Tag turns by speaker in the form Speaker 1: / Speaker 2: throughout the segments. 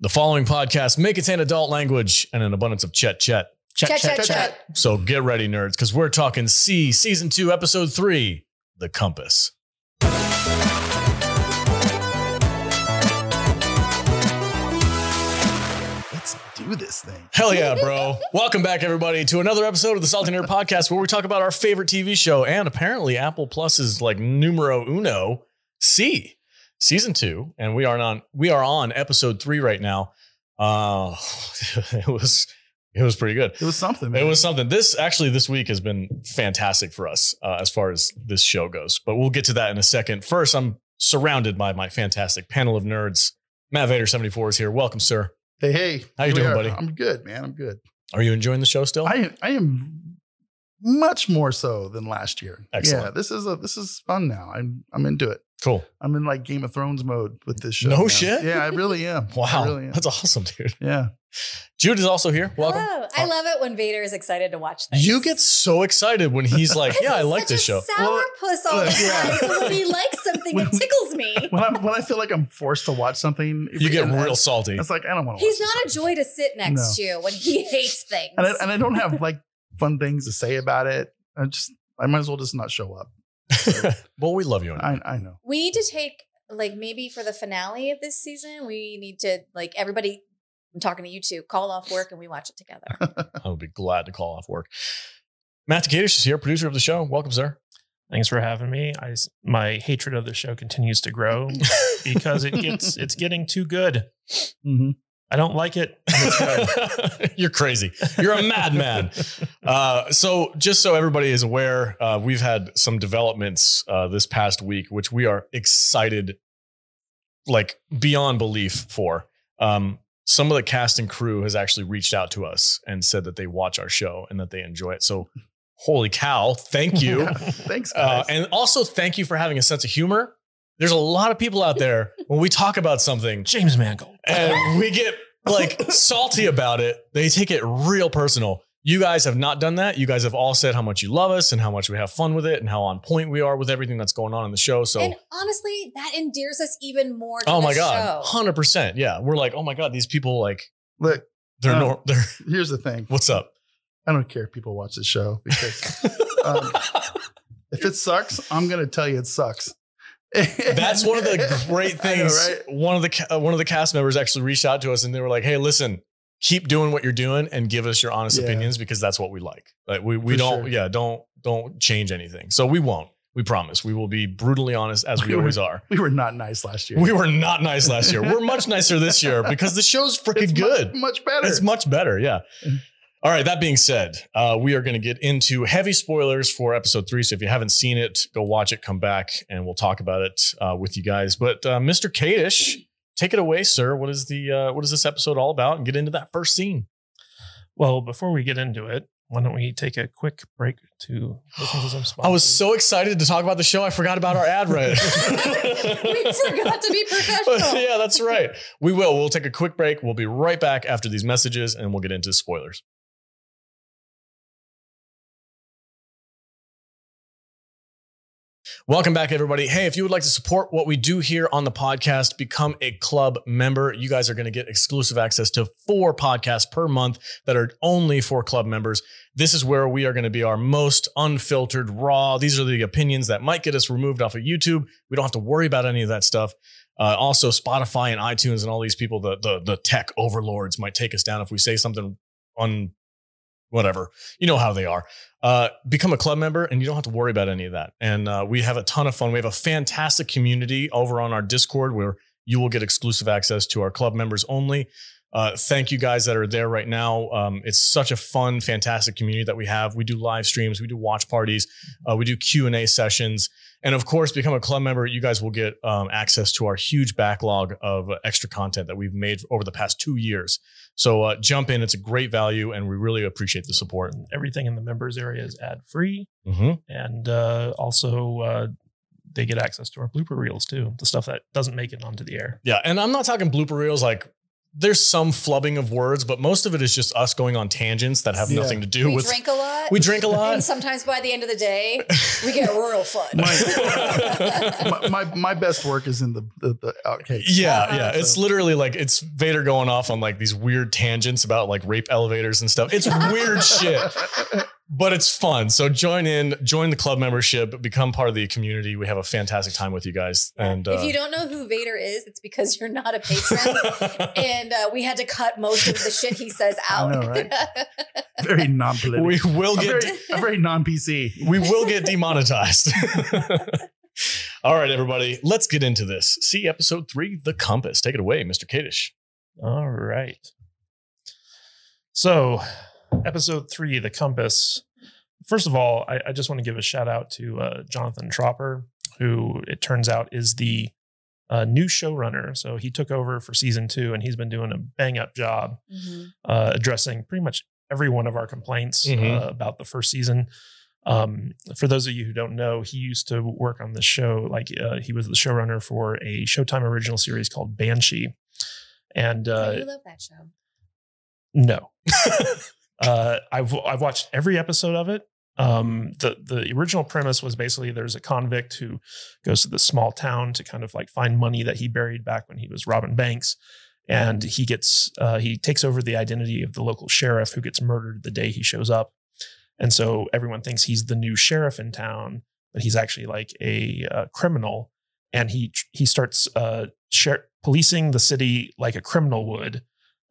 Speaker 1: The following podcast may contain adult language and an abundance of chet chet.
Speaker 2: Chat, chat, chat.
Speaker 1: So get ready, nerds, because we're talking C, Season 2, Episode 3, The Compass.
Speaker 3: Let's do this thing.
Speaker 1: Hell yeah, bro. Welcome back, everybody, to another episode of the Salty Nerd Podcast where we talk about our favorite TV show and apparently Apple Plus is like numero uno C, season two. And we are on we are on episode three right now. Uh it was it was pretty good.
Speaker 3: It was something,
Speaker 1: It
Speaker 3: man.
Speaker 1: was something. This actually, this week has been fantastic for us uh, as far as this show goes, but we'll get to that in a second. First, I'm surrounded by my fantastic panel of nerds. Matt Vader 74 is here. Welcome, sir.
Speaker 3: hey, hey.
Speaker 1: How you
Speaker 3: Here we
Speaker 1: doing,
Speaker 3: are.
Speaker 1: buddy?
Speaker 3: I'm good, man. I'm good.
Speaker 1: Are you enjoying the show still?
Speaker 3: I I am much more so than last year.
Speaker 1: Excellent.
Speaker 3: Yeah, this is a this is fun now. I'm I'm into it.
Speaker 1: cool.
Speaker 3: I'm in like Game of Thrones mode with this show.
Speaker 1: No
Speaker 3: now.
Speaker 1: shit?
Speaker 3: Yeah, I really am.
Speaker 1: Wow.
Speaker 3: I really am.
Speaker 1: That's awesome, dude.
Speaker 3: Yeah.
Speaker 1: Jude is also here. Welcome. Uh,
Speaker 2: Hello. I love it when Vader is excited to watch things.
Speaker 1: You get so excited when he's like, Yeah, I like this show.
Speaker 2: Sourpuss all the
Speaker 3: look, uh, yeah.
Speaker 2: time. So when he likes something, it tickles me.
Speaker 3: When I when I feel like I'm forced to watch something,
Speaker 1: You get
Speaker 3: and-
Speaker 1: real
Speaker 3: and
Speaker 1: salty.
Speaker 3: It's like I don't want to.
Speaker 2: He's not a joy to sit next to when he hates things.
Speaker 3: And I, and I don't have like fun things to say about it. I just I might as well just not show up.
Speaker 1: well, we love you. Andy.
Speaker 3: I I know.
Speaker 2: we need to take like maybe for the finale of this season, we need to like everybody. I'm talking to you two. Call off work and we watch it together.
Speaker 1: I would be glad to call off work. Matt Takadish is here, producer of the show. Welcome, sir.
Speaker 4: Thanks for having me. I s- my hatred of the show continues to grow because it gets it's getting too good.
Speaker 3: Mhm.
Speaker 4: I don't like it. and it's good.
Speaker 1: You're crazy. You're a madman. Uh, so, just so everybody is aware, uh, we've had some developments uh, this past week, which we are excited, like beyond belief, for. Um, some of the cast and crew has actually reached out to us and said that they watch our show and that they enjoy it. So, holy cow! Thank you.
Speaker 3: Yeah. Thanks,
Speaker 1: Uh,
Speaker 3: guys.
Speaker 1: and also, thank you for having a sense of humor. There's a lot of people out there when we talk about something
Speaker 4: James Mangold.
Speaker 1: and we get like salty about it. They take it real personal. You guys have not done that. You guys have all said how much you love us and how much we have fun with it and how on point we are with everything that's going on in the show. So,
Speaker 2: and honestly, that endears us even more. To
Speaker 1: oh my
Speaker 2: this
Speaker 1: god,
Speaker 2: show.
Speaker 1: hundred percent. Yeah, we're like, oh my god, these people like
Speaker 3: Look,
Speaker 1: they're
Speaker 3: Oh.
Speaker 1: nor- they're
Speaker 3: here's the thing.
Speaker 1: what's up?
Speaker 3: I don't care if people watch this show because um, if it sucks, I'm going to tell you it sucks.
Speaker 1: That's one of the great
Speaker 3: I know,
Speaker 1: things.
Speaker 3: right?
Speaker 1: One of the ca- uh, one of the cast members actually reached out to us and they were like, "Hey, listen, keep doing what you're doing and give us your honest
Speaker 3: Yeah.
Speaker 1: opinions because that's what we like. Like we we
Speaker 3: For
Speaker 1: don't
Speaker 3: sure.
Speaker 1: yeah don't don't change anything. So we won't. We promise. We will be brutally honest as we
Speaker 3: We were-
Speaker 1: always are.
Speaker 3: We were not nice last year.
Speaker 1: We were not nice last year. We're much nicer this year because the show's freaking
Speaker 3: it's
Speaker 1: good.
Speaker 3: Much, much better.
Speaker 1: It's much better, Mm-hmm. yeah. All right, that being said, uh, we are going to get into heavy spoilers for episode three. So if you haven't seen it, go watch it, come back, and we'll talk about it uh, with you guys. But uh, Mr. Kadish, take it away, sir. What is the uh, what is this episode all about? And get into that first scene.
Speaker 4: Well, before we get into it, why don't we take a quick break to listen to some sponsors?
Speaker 1: I was so excited to talk about the show, I forgot about our ad read.
Speaker 2: we forgot to be professional.
Speaker 1: yeah, that's right. We will. We'll take a quick break. We'll be right back after these messages, and we'll get into spoilers. Welcome back, everybody. Hey, if you would like to support what we do here on the podcast, become a club member. You guys are going to get exclusive access to four podcasts per month that are only for club members. This is where we are going to be our most unfiltered, raw. These are the opinions that might get us removed off of YouTube. We don't have to worry about any of that stuff. Uh, also, Spotify and iTunes and all these people, the, the the tech overlords, might take us down if we say something on whatever. You know how they are. Uh, become a club member, and you don't have to worry about any of that. And uh, we have a ton of fun. We have a fantastic community over on our Discord where you will get exclusive access to our club members only. Uh, thank you guys that are there right now. Um, it's such a fun, fantastic community that we have. We do live streams, we do watch parties, uh, we do Q and A sessions. And of course, become a club member. You guys will get um, access to our huge backlog of uh, extra content that we've made over the past two years. So uh, jump in; it's a great value, and we really appreciate the support.
Speaker 4: Everything in the members area is ad free,
Speaker 1: Mm-hmm.
Speaker 4: and uh, also uh, they get access to our blooper reels too, the stuff that doesn't make it onto the air.
Speaker 1: Yeah, and I'm not talking blooper reels like there's some flubbing of words, but most of it is just us going on tangents that have
Speaker 3: Yeah.
Speaker 1: nothing to do
Speaker 2: We
Speaker 1: with.
Speaker 2: drink a lot.
Speaker 1: We drink a
Speaker 2: and
Speaker 1: lot.
Speaker 2: sometimes by the end of the day, we get real fun.
Speaker 3: my, my my best work is in the the, the outtakes.
Speaker 1: Yeah,
Speaker 2: Uh-huh.
Speaker 1: yeah. It's literally like it's Vader going off on like these weird tangents about like rape elevators and stuff. It's weird shit, but it's fun. So join in, join the club membership, become part of the community. We have a fantastic time with you guys. And uh,
Speaker 2: if you don't know who Vader is, it's because you're not a patron. and uh, we had to cut most of the shit he says out.
Speaker 3: know, right? very non-political.
Speaker 1: we will
Speaker 3: I'm
Speaker 1: get
Speaker 3: very, I'm very non-PC.
Speaker 1: we will get demonetized. All right, everybody, let's get into this. See episode three, The Compass. Take it away, Mr. Kadish.
Speaker 4: All right. So, episode three, The Compass. First of all, I, I just want to give a shout out to uh, Jonathan Tropper, who it turns out is the uh, new showrunner. So, he took over for season two and he's been doing a bang up job
Speaker 2: Mhm.
Speaker 4: uh, addressing pretty much every one of our complaints
Speaker 1: Mhm.
Speaker 4: uh, about the first season. Um, for those of you who don't know, he used to work on this show. Like uh, he was the showrunner for a Showtime original series called Banshee, and
Speaker 2: Oh,
Speaker 4: uh,
Speaker 2: you love that show.
Speaker 4: no. uh, I've I've watched every episode of it. Um, the the original premise was basically there's a convict who goes to this small town to kind of like find money that he buried back when he was robbing banks, and he gets uh, he takes over the identity of the local sheriff who gets murdered the day he shows up, and so everyone thinks he's the new sheriff in town, but he's actually like a uh, criminal, and he he starts uh, sher- policing the city like a criminal would,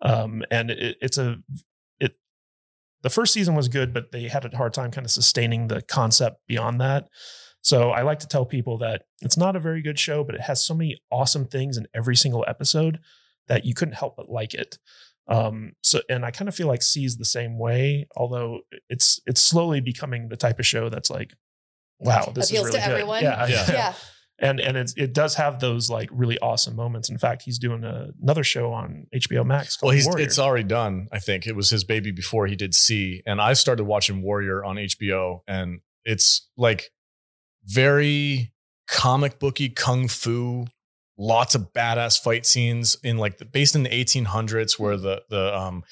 Speaker 4: um, and it, it's a it the first season was good but they had a hard time kind of sustaining the concept beyond that so i like to tell people that it's not a very good show but it has so many awesome things in every single episode that you couldn't help but like it um so and i kind of feel like c's the same way although it's it's slowly becoming the type of show that's like wow this
Speaker 2: Appeals
Speaker 4: is
Speaker 2: to
Speaker 4: really good.
Speaker 2: everyone.
Speaker 1: Yeah.
Speaker 2: Yeah.
Speaker 4: and and it's, it does have those like really awesome moments. In fact, he's doing a, another show on HBO Max. Called
Speaker 1: Well, he's
Speaker 4: Warrior.
Speaker 1: it's uh, already done. I think it was his baby before he did C, and I started watching Warrior on HBO, and it's like very comic booky kung fu. Lots of badass fight scenes in like the, based in the 1800s, where the the um,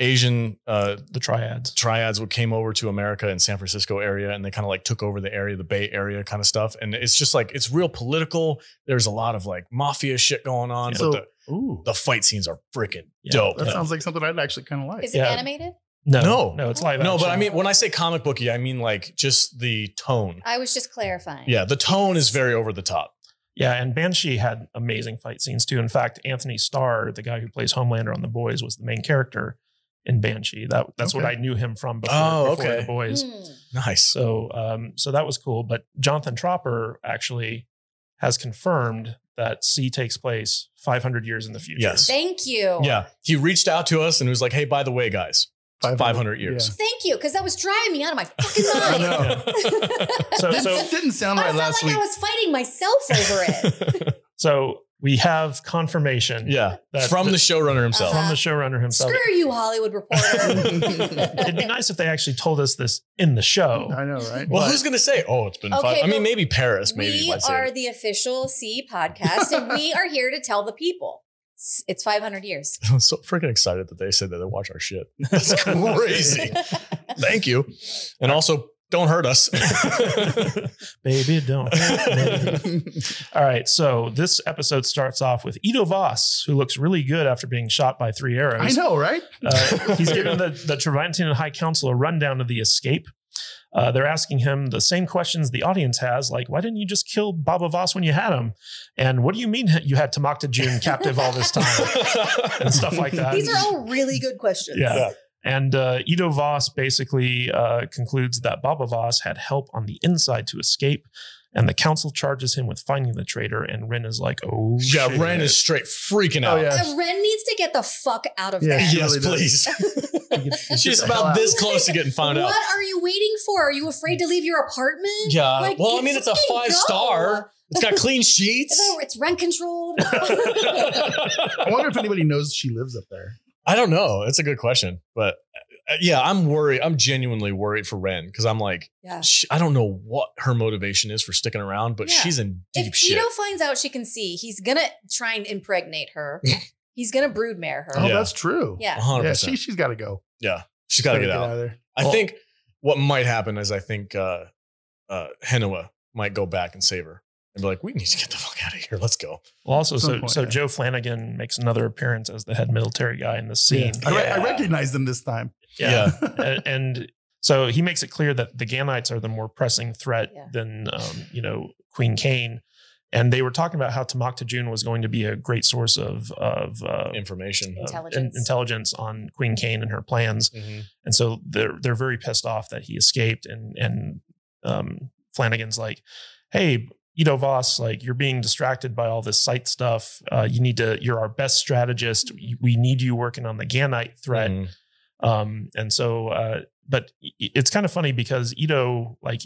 Speaker 1: Asian uh,
Speaker 4: the triads.
Speaker 1: triads what came over to America and San Francisco area and they kind of like took over the area, the Bay Area kind of stuff. And it's just like it's real political. There's a lot of like mafia shit going on.
Speaker 3: So,
Speaker 1: but
Speaker 3: ooh,
Speaker 1: the, the fight scenes are freaking
Speaker 4: Yeah,
Speaker 1: dope.
Speaker 3: that sounds like something I'd actually kind of like.
Speaker 2: Is it
Speaker 4: Yeah.
Speaker 2: animated?
Speaker 4: No,
Speaker 1: No.
Speaker 4: no, it's live.
Speaker 1: no, but
Speaker 4: action.
Speaker 1: I mean when I say comic booky, I mean like just the tone.
Speaker 2: I was just clarifying.
Speaker 1: Yeah, the tone is very over the top.
Speaker 4: yeah, and Banshee had amazing fight scenes too. In fact, Anthony Starr, the guy who plays Homelander on The Boys, was the main character in Banshee. That that's what
Speaker 3: Okay.
Speaker 4: I knew him from before,
Speaker 1: Oh,
Speaker 4: before
Speaker 1: okay.
Speaker 4: The Boys.
Speaker 2: Hmm.
Speaker 1: Nice.
Speaker 4: So um, so that was cool. But Jonathan Tropper actually has confirmed that C takes place 500 years in the future.
Speaker 1: Yes.
Speaker 2: Thank you.
Speaker 1: Yeah. He reached out to us and was like, hey, by the way, guys, 500 years.
Speaker 2: Thank you, because that was driving me out of my fucking
Speaker 3: I
Speaker 2: mind.
Speaker 3: know.
Speaker 4: So
Speaker 3: Didn't-
Speaker 4: so
Speaker 3: didn't sound
Speaker 2: I
Speaker 3: right
Speaker 2: felt
Speaker 3: last
Speaker 2: like
Speaker 3: week.
Speaker 2: I was fighting myself over it.
Speaker 4: so we have confirmation.
Speaker 1: yeah.
Speaker 4: That-
Speaker 1: From the, showrunner himself.
Speaker 2: Uh-huh.
Speaker 4: from the showrunner himself.
Speaker 2: Screw you, Hollywood reporter.
Speaker 4: It'd be nice if they actually told us this in the
Speaker 2: Oh.
Speaker 4: show.
Speaker 3: I know, right?
Speaker 1: Well,
Speaker 4: But-
Speaker 1: who's gonna say? Oh, it's been
Speaker 2: Okay,
Speaker 1: five. I mean,
Speaker 2: but
Speaker 1: maybe Paris. Maybe
Speaker 2: we
Speaker 1: might say
Speaker 2: are
Speaker 1: it.
Speaker 2: the official C podcast, and we are here to tell the people. S- It's 500 years.
Speaker 1: I'm so freaking excited that they said that they watch our shit. That's crazy. Thank you. And also, don't hurt us.
Speaker 4: Baby, don't.
Speaker 3: That's
Speaker 4: All right. So this episode starts off with Ito Voss, who looks really good after being shot by three
Speaker 3: I
Speaker 4: arrows.
Speaker 3: know, right?
Speaker 4: Uh, he's giving the, the Trevantian High Council a rundown of the escape. Uh, they're asking him the same questions the audience has, like, why didn't you just kill Baba Voss when you had him? And what do you mean you had Tamakta June captive all this time? and stuff like that.
Speaker 2: These are all really good questions.
Speaker 4: Yeah. And uh, Ito Voss basically uh, concludes that Baba Voss had help on the inside to escape, and the council charges him with finding the traitor. And Ren is like, "Oh,
Speaker 1: yeah,
Speaker 4: shit.
Speaker 1: Ren is straight freaking
Speaker 3: Oh
Speaker 1: out.
Speaker 3: yeah.
Speaker 2: Uh, Ren needs to get the fuck out of
Speaker 3: Yeah,
Speaker 2: there.
Speaker 3: she
Speaker 1: Yes,
Speaker 3: really does.
Speaker 1: please. She's
Speaker 3: the hell
Speaker 1: about
Speaker 3: out.
Speaker 1: this close to getting found out.
Speaker 2: What are you waiting for? Are you afraid to leave your apartment?
Speaker 1: Yeah.
Speaker 2: Like,
Speaker 1: well, I mean, it's a
Speaker 2: fucking
Speaker 1: five
Speaker 2: go.
Speaker 1: star. It's got clean sheets.
Speaker 2: It's- oh, It's rent controlled.
Speaker 3: I wonder if anybody knows she lives up there.
Speaker 1: I don't know. It's a good question, but uh, yeah, I'm worried. I'm genuinely worried for Ren because I'm like,
Speaker 2: yeah.
Speaker 1: she, I don't know what her motivation is for sticking around, but
Speaker 2: Yeah.
Speaker 1: she's in deep
Speaker 2: If
Speaker 1: shit.
Speaker 2: Ito finds out she can see, he's gonna try and impregnate her. He's gonna broodmare her.
Speaker 3: Oh,
Speaker 1: Yeah.
Speaker 3: that's true.
Speaker 2: Yeah.
Speaker 1: 100%.
Speaker 3: Yeah, she, she's got to go.
Speaker 1: She's got to
Speaker 3: Gotta
Speaker 1: get out. Oh.
Speaker 3: of there.
Speaker 1: I
Speaker 4: Well-
Speaker 1: think what might happen is I think uh, uh, Henua might go back and save her and be like, "We need to get the fuck out of here. Let's go."
Speaker 4: Well, also,
Speaker 3: At some
Speaker 4: so
Speaker 3: point,
Speaker 4: so
Speaker 3: yeah.
Speaker 4: Joe Flanagan makes another appearance as the head military guy in the
Speaker 3: Yeah.
Speaker 4: scene.
Speaker 3: I, re-
Speaker 1: Yeah.
Speaker 3: I recognize them this time.
Speaker 1: Yeah.
Speaker 4: and, and so he makes it clear that the Ganites are the more pressing threat
Speaker 2: Yeah.
Speaker 4: than um, you know Queen Kane. And they were talking about how Tamak Tajun was going to be a great source of of uh,
Speaker 1: Information.
Speaker 4: uh, in-
Speaker 2: Intelligence.
Speaker 4: intelligence on Queen Kane and her plans.
Speaker 1: Mhm.
Speaker 4: And so they're they're very pissed off that he escaped. And and um, Flanagan's like, "Hey, Ito Voss, like you're being distracted by all this site stuff. Uh, you need to. You're our best strategist. We- We need you working on the Ganite threat."
Speaker 1: Mhm.
Speaker 4: Um, and so, uh, but i- i- it's kind of funny because Ito, like,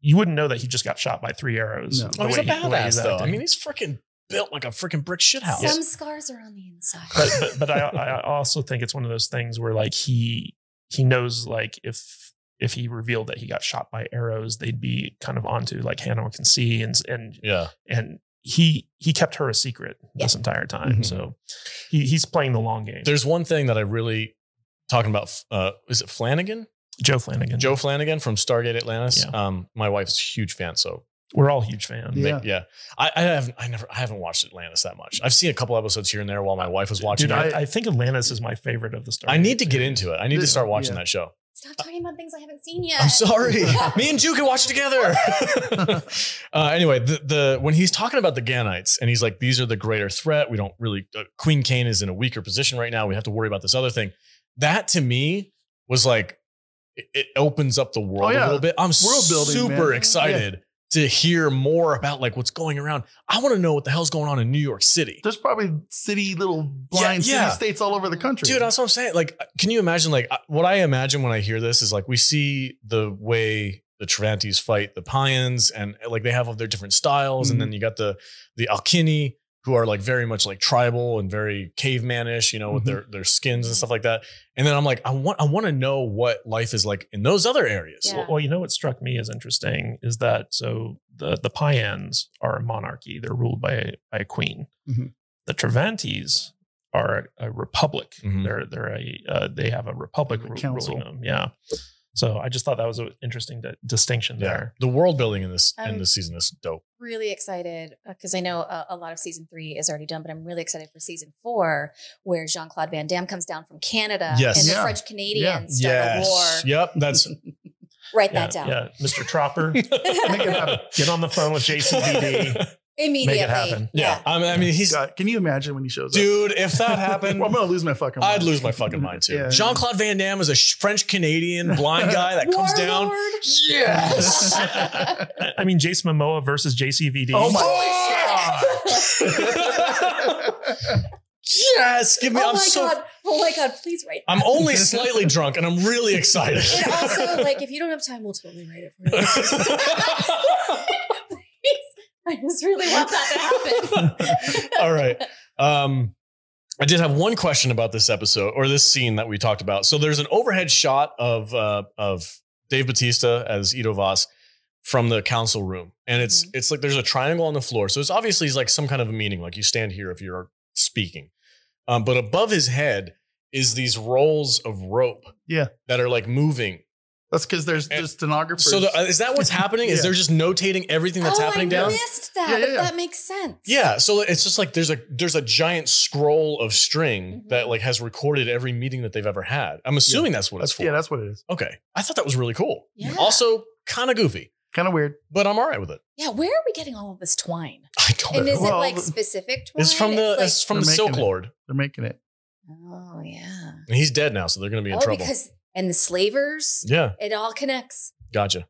Speaker 4: you wouldn't know that he just got shot by three arrows.
Speaker 3: No.
Speaker 4: the
Speaker 1: Oh, he's a
Speaker 4: way he- the way he's
Speaker 1: badass though. I
Speaker 4: acting.
Speaker 1: mean, he's freaking built like a freaking brick shithouse.
Speaker 2: Some scars are on the inside.
Speaker 4: but but, but I, I also think it's one of those things where like he he knows like if if he revealed that he got shot by arrows, they'd be kind of onto like Hannah can see and and
Speaker 1: Yeah.
Speaker 4: and he he kept her a secret this entire time.
Speaker 1: Mhm.
Speaker 4: So he, he's playing the long game.
Speaker 1: There's one thing that I really talking about. Uh, is it Flanagan?
Speaker 4: Joe Flanagan.
Speaker 1: Joe Flanagan from Stargate Atlantis.
Speaker 4: Yeah.
Speaker 1: Um, my wife's a huge fan, so
Speaker 4: we're all huge fans.
Speaker 1: they-
Speaker 3: Yeah.
Speaker 1: yeah. I, I haven't. I never. I haven't watched Atlantis that much. I've seen a couple episodes here and there while my wife was watching
Speaker 4: Dude,
Speaker 1: it.
Speaker 4: I, I think Atlantis is my favorite of the Star.
Speaker 1: I need to
Speaker 4: Wars
Speaker 1: get
Speaker 4: series.
Speaker 1: into it. I need to
Speaker 3: This-
Speaker 1: start watching
Speaker 3: yeah.
Speaker 1: that show.
Speaker 2: Stop talking about things I haven't seen yet.
Speaker 1: I'm sorry. Me and Jew can watch it together. uh, anyway, the, the when he's talking about the Ganites and he's like, these are the greater threat. We don't really. Uh, Queen Kane is in a weaker position right now. We have to worry about this other thing. That to me was like, it, it opens up the world
Speaker 3: Oh, yeah.
Speaker 1: a little bit. I'm
Speaker 3: World building,
Speaker 1: super
Speaker 3: man.
Speaker 1: excited to hear more about like what's going around. I want to know what the hell's going on in New York City.
Speaker 3: There's probably city little blind
Speaker 1: yeah.
Speaker 3: city states all over the country.
Speaker 1: Dude, that's what I'm saying. Like, uh, can you imagine? Like, I- what I imagine when I hear this is like we see the way the Trevantes fight the Pions, and uh, like they have all their different styles, and then you got the the Alkini who are like very much like tribal and very cavemanish, you know, with
Speaker 3: Mhm.
Speaker 1: their their skins and stuff like that. And then I'm like, I want I want to know what life is like in those other areas.
Speaker 2: Yeah.
Speaker 4: Well, well, you know what struck me as interesting is that so the the Pyans are a monarchy; they're ruled by a, by a queen.
Speaker 3: Mhm.
Speaker 4: The Trevantes are a, a republic.
Speaker 1: Mhm.
Speaker 4: They're they're a uh, they have a republic
Speaker 3: Like a
Speaker 4: ru-
Speaker 3: council.
Speaker 4: ruling them. Yeah. So I just thought that was an interesting di- distinction
Speaker 1: Yeah.
Speaker 4: there.
Speaker 1: The world building in this in
Speaker 2: Um,
Speaker 1: this season is dope.
Speaker 2: really excited because I know uh, a lot of season three is already done, but I'm really excited for season four, where Jean Claude Van Damme comes down from Canada
Speaker 1: Yes.
Speaker 2: and
Speaker 3: Yeah.
Speaker 2: the French Canadians start
Speaker 1: Yes.
Speaker 2: a war.
Speaker 1: Yep. That's
Speaker 2: Write
Speaker 4: yeah,
Speaker 2: that down
Speaker 4: yeah, Mr. Tropper,
Speaker 3: it happen.
Speaker 4: get on the phone with JCVD.
Speaker 2: immediately.
Speaker 4: happen.
Speaker 1: Yeah. I mean, I mean he's
Speaker 3: God, can you imagine when he shows up?
Speaker 1: dude, if that happened,
Speaker 3: Well, I'm gonna lose my fucking.
Speaker 1: I'd
Speaker 3: mind.
Speaker 1: lose my fucking mind too.
Speaker 3: Yeah.
Speaker 1: Jean Claude Van Damme is a French Canadian blind guy that comes down.
Speaker 2: Warlord.
Speaker 1: Yes.
Speaker 4: I mean, Jason Momoa versus JCVD.
Speaker 3: Oh my
Speaker 1: Fuck! yes. Give me.
Speaker 2: oh
Speaker 1: I'm
Speaker 2: my
Speaker 1: so.
Speaker 2: god! Oh my god! Please write.
Speaker 1: I'm only slightly drunk, and I'm really excited.
Speaker 2: And also, like, if you don't have time, we'll totally write it for you. I just really want that to happen.
Speaker 1: All right. Um, I did have one question about this episode or this scene that we talked about. So there's an overhead shot of uh, of Dave Batista as Ito Voss from the council room, and it's
Speaker 2: Mhm.
Speaker 1: it's like there's a triangle on the floor. So it's obviously like some kind of a meeting. Like you stand here if you're speaking, um, but above his head is these rolls of rope.
Speaker 3: Yeah.
Speaker 1: that are like moving.
Speaker 3: That's because there's there's stenographers.
Speaker 1: So the, uh, is that what's happening? Is
Speaker 3: Yeah.
Speaker 1: they're just notating everything that's
Speaker 2: oh,
Speaker 1: happening
Speaker 2: I
Speaker 1: down?
Speaker 2: missed that.
Speaker 3: Yeah, yeah,
Speaker 2: but
Speaker 3: yeah.
Speaker 2: That makes sense.
Speaker 1: Yeah, so it's just like there's a there's a giant scroll of string
Speaker 2: Mhm.
Speaker 1: that like has recorded every meeting that they've ever had. I'm assuming that's what it's
Speaker 3: that's,
Speaker 1: for.
Speaker 3: yeah, that's what it is.
Speaker 1: okay, I thought that was really cool.
Speaker 2: Yeah.
Speaker 1: Also, kind of goofy,
Speaker 3: Kind of weird.
Speaker 1: but I'm all right with it.
Speaker 2: Yeah, where are we getting all of this twine?
Speaker 1: I don't.
Speaker 2: And
Speaker 1: know.
Speaker 2: is
Speaker 3: Well,
Speaker 2: it like
Speaker 3: the-
Speaker 2: specific twine?
Speaker 1: it's from the it's from the
Speaker 3: They're
Speaker 1: Silk
Speaker 3: making it.
Speaker 1: Lord,
Speaker 3: They're making it.
Speaker 2: like- oh yeah.
Speaker 1: and he's dead now, so they're gonna be in
Speaker 2: oh,
Speaker 1: trouble.
Speaker 2: because and the slavers,
Speaker 1: yeah,
Speaker 2: it all connects.
Speaker 1: gotcha.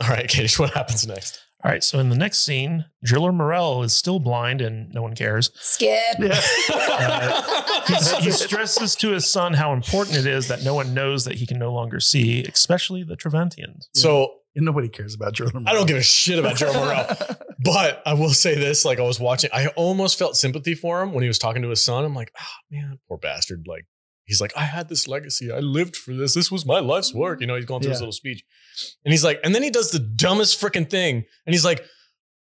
Speaker 1: All right, Katie, what happens next?
Speaker 4: All right. So in the next scene, Driller Morell is still blind and no one cares.
Speaker 2: Skip.
Speaker 3: Yeah.
Speaker 1: Uh,
Speaker 4: He's- he stresses to his son how important it is that no one knows that he can no longer see, especially the Treventians.
Speaker 1: so
Speaker 3: And nobody cares about Jordan.
Speaker 1: I don't give a shit about Joe Morrell. But I will say this: like I was watching, I almost felt sympathy for him when he was talking to his son. I'm like, ah, man, poor bastard. Like he's like, I had this legacy. I lived for this. This was my life's work. You know, he's going through his
Speaker 3: Yeah.
Speaker 1: little speech, and he's like, and then he does the dumbest freaking thing, and he's like,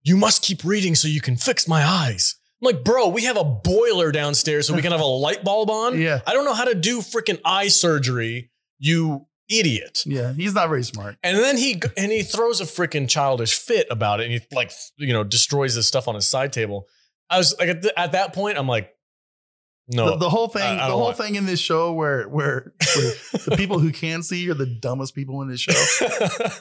Speaker 1: you must keep reading so you can fix my eyes. I'm like, bro, we have a boiler downstairs so we can have a light bulb on.
Speaker 3: Yeah.
Speaker 1: I don't know how to do freaking eye surgery, you idiot.
Speaker 3: Yeah. He's not very smart.
Speaker 1: And then he g- and he throws a freaking childish fit about it, and he like you know destroys this stuff on his side table. I was like at, th- at that point, I'm like, no,
Speaker 3: The, the whole thing,
Speaker 1: I- I
Speaker 3: the
Speaker 1: don't
Speaker 3: whole
Speaker 1: want-
Speaker 3: thing in this show where where, where the people who can see are the dumbest people in this show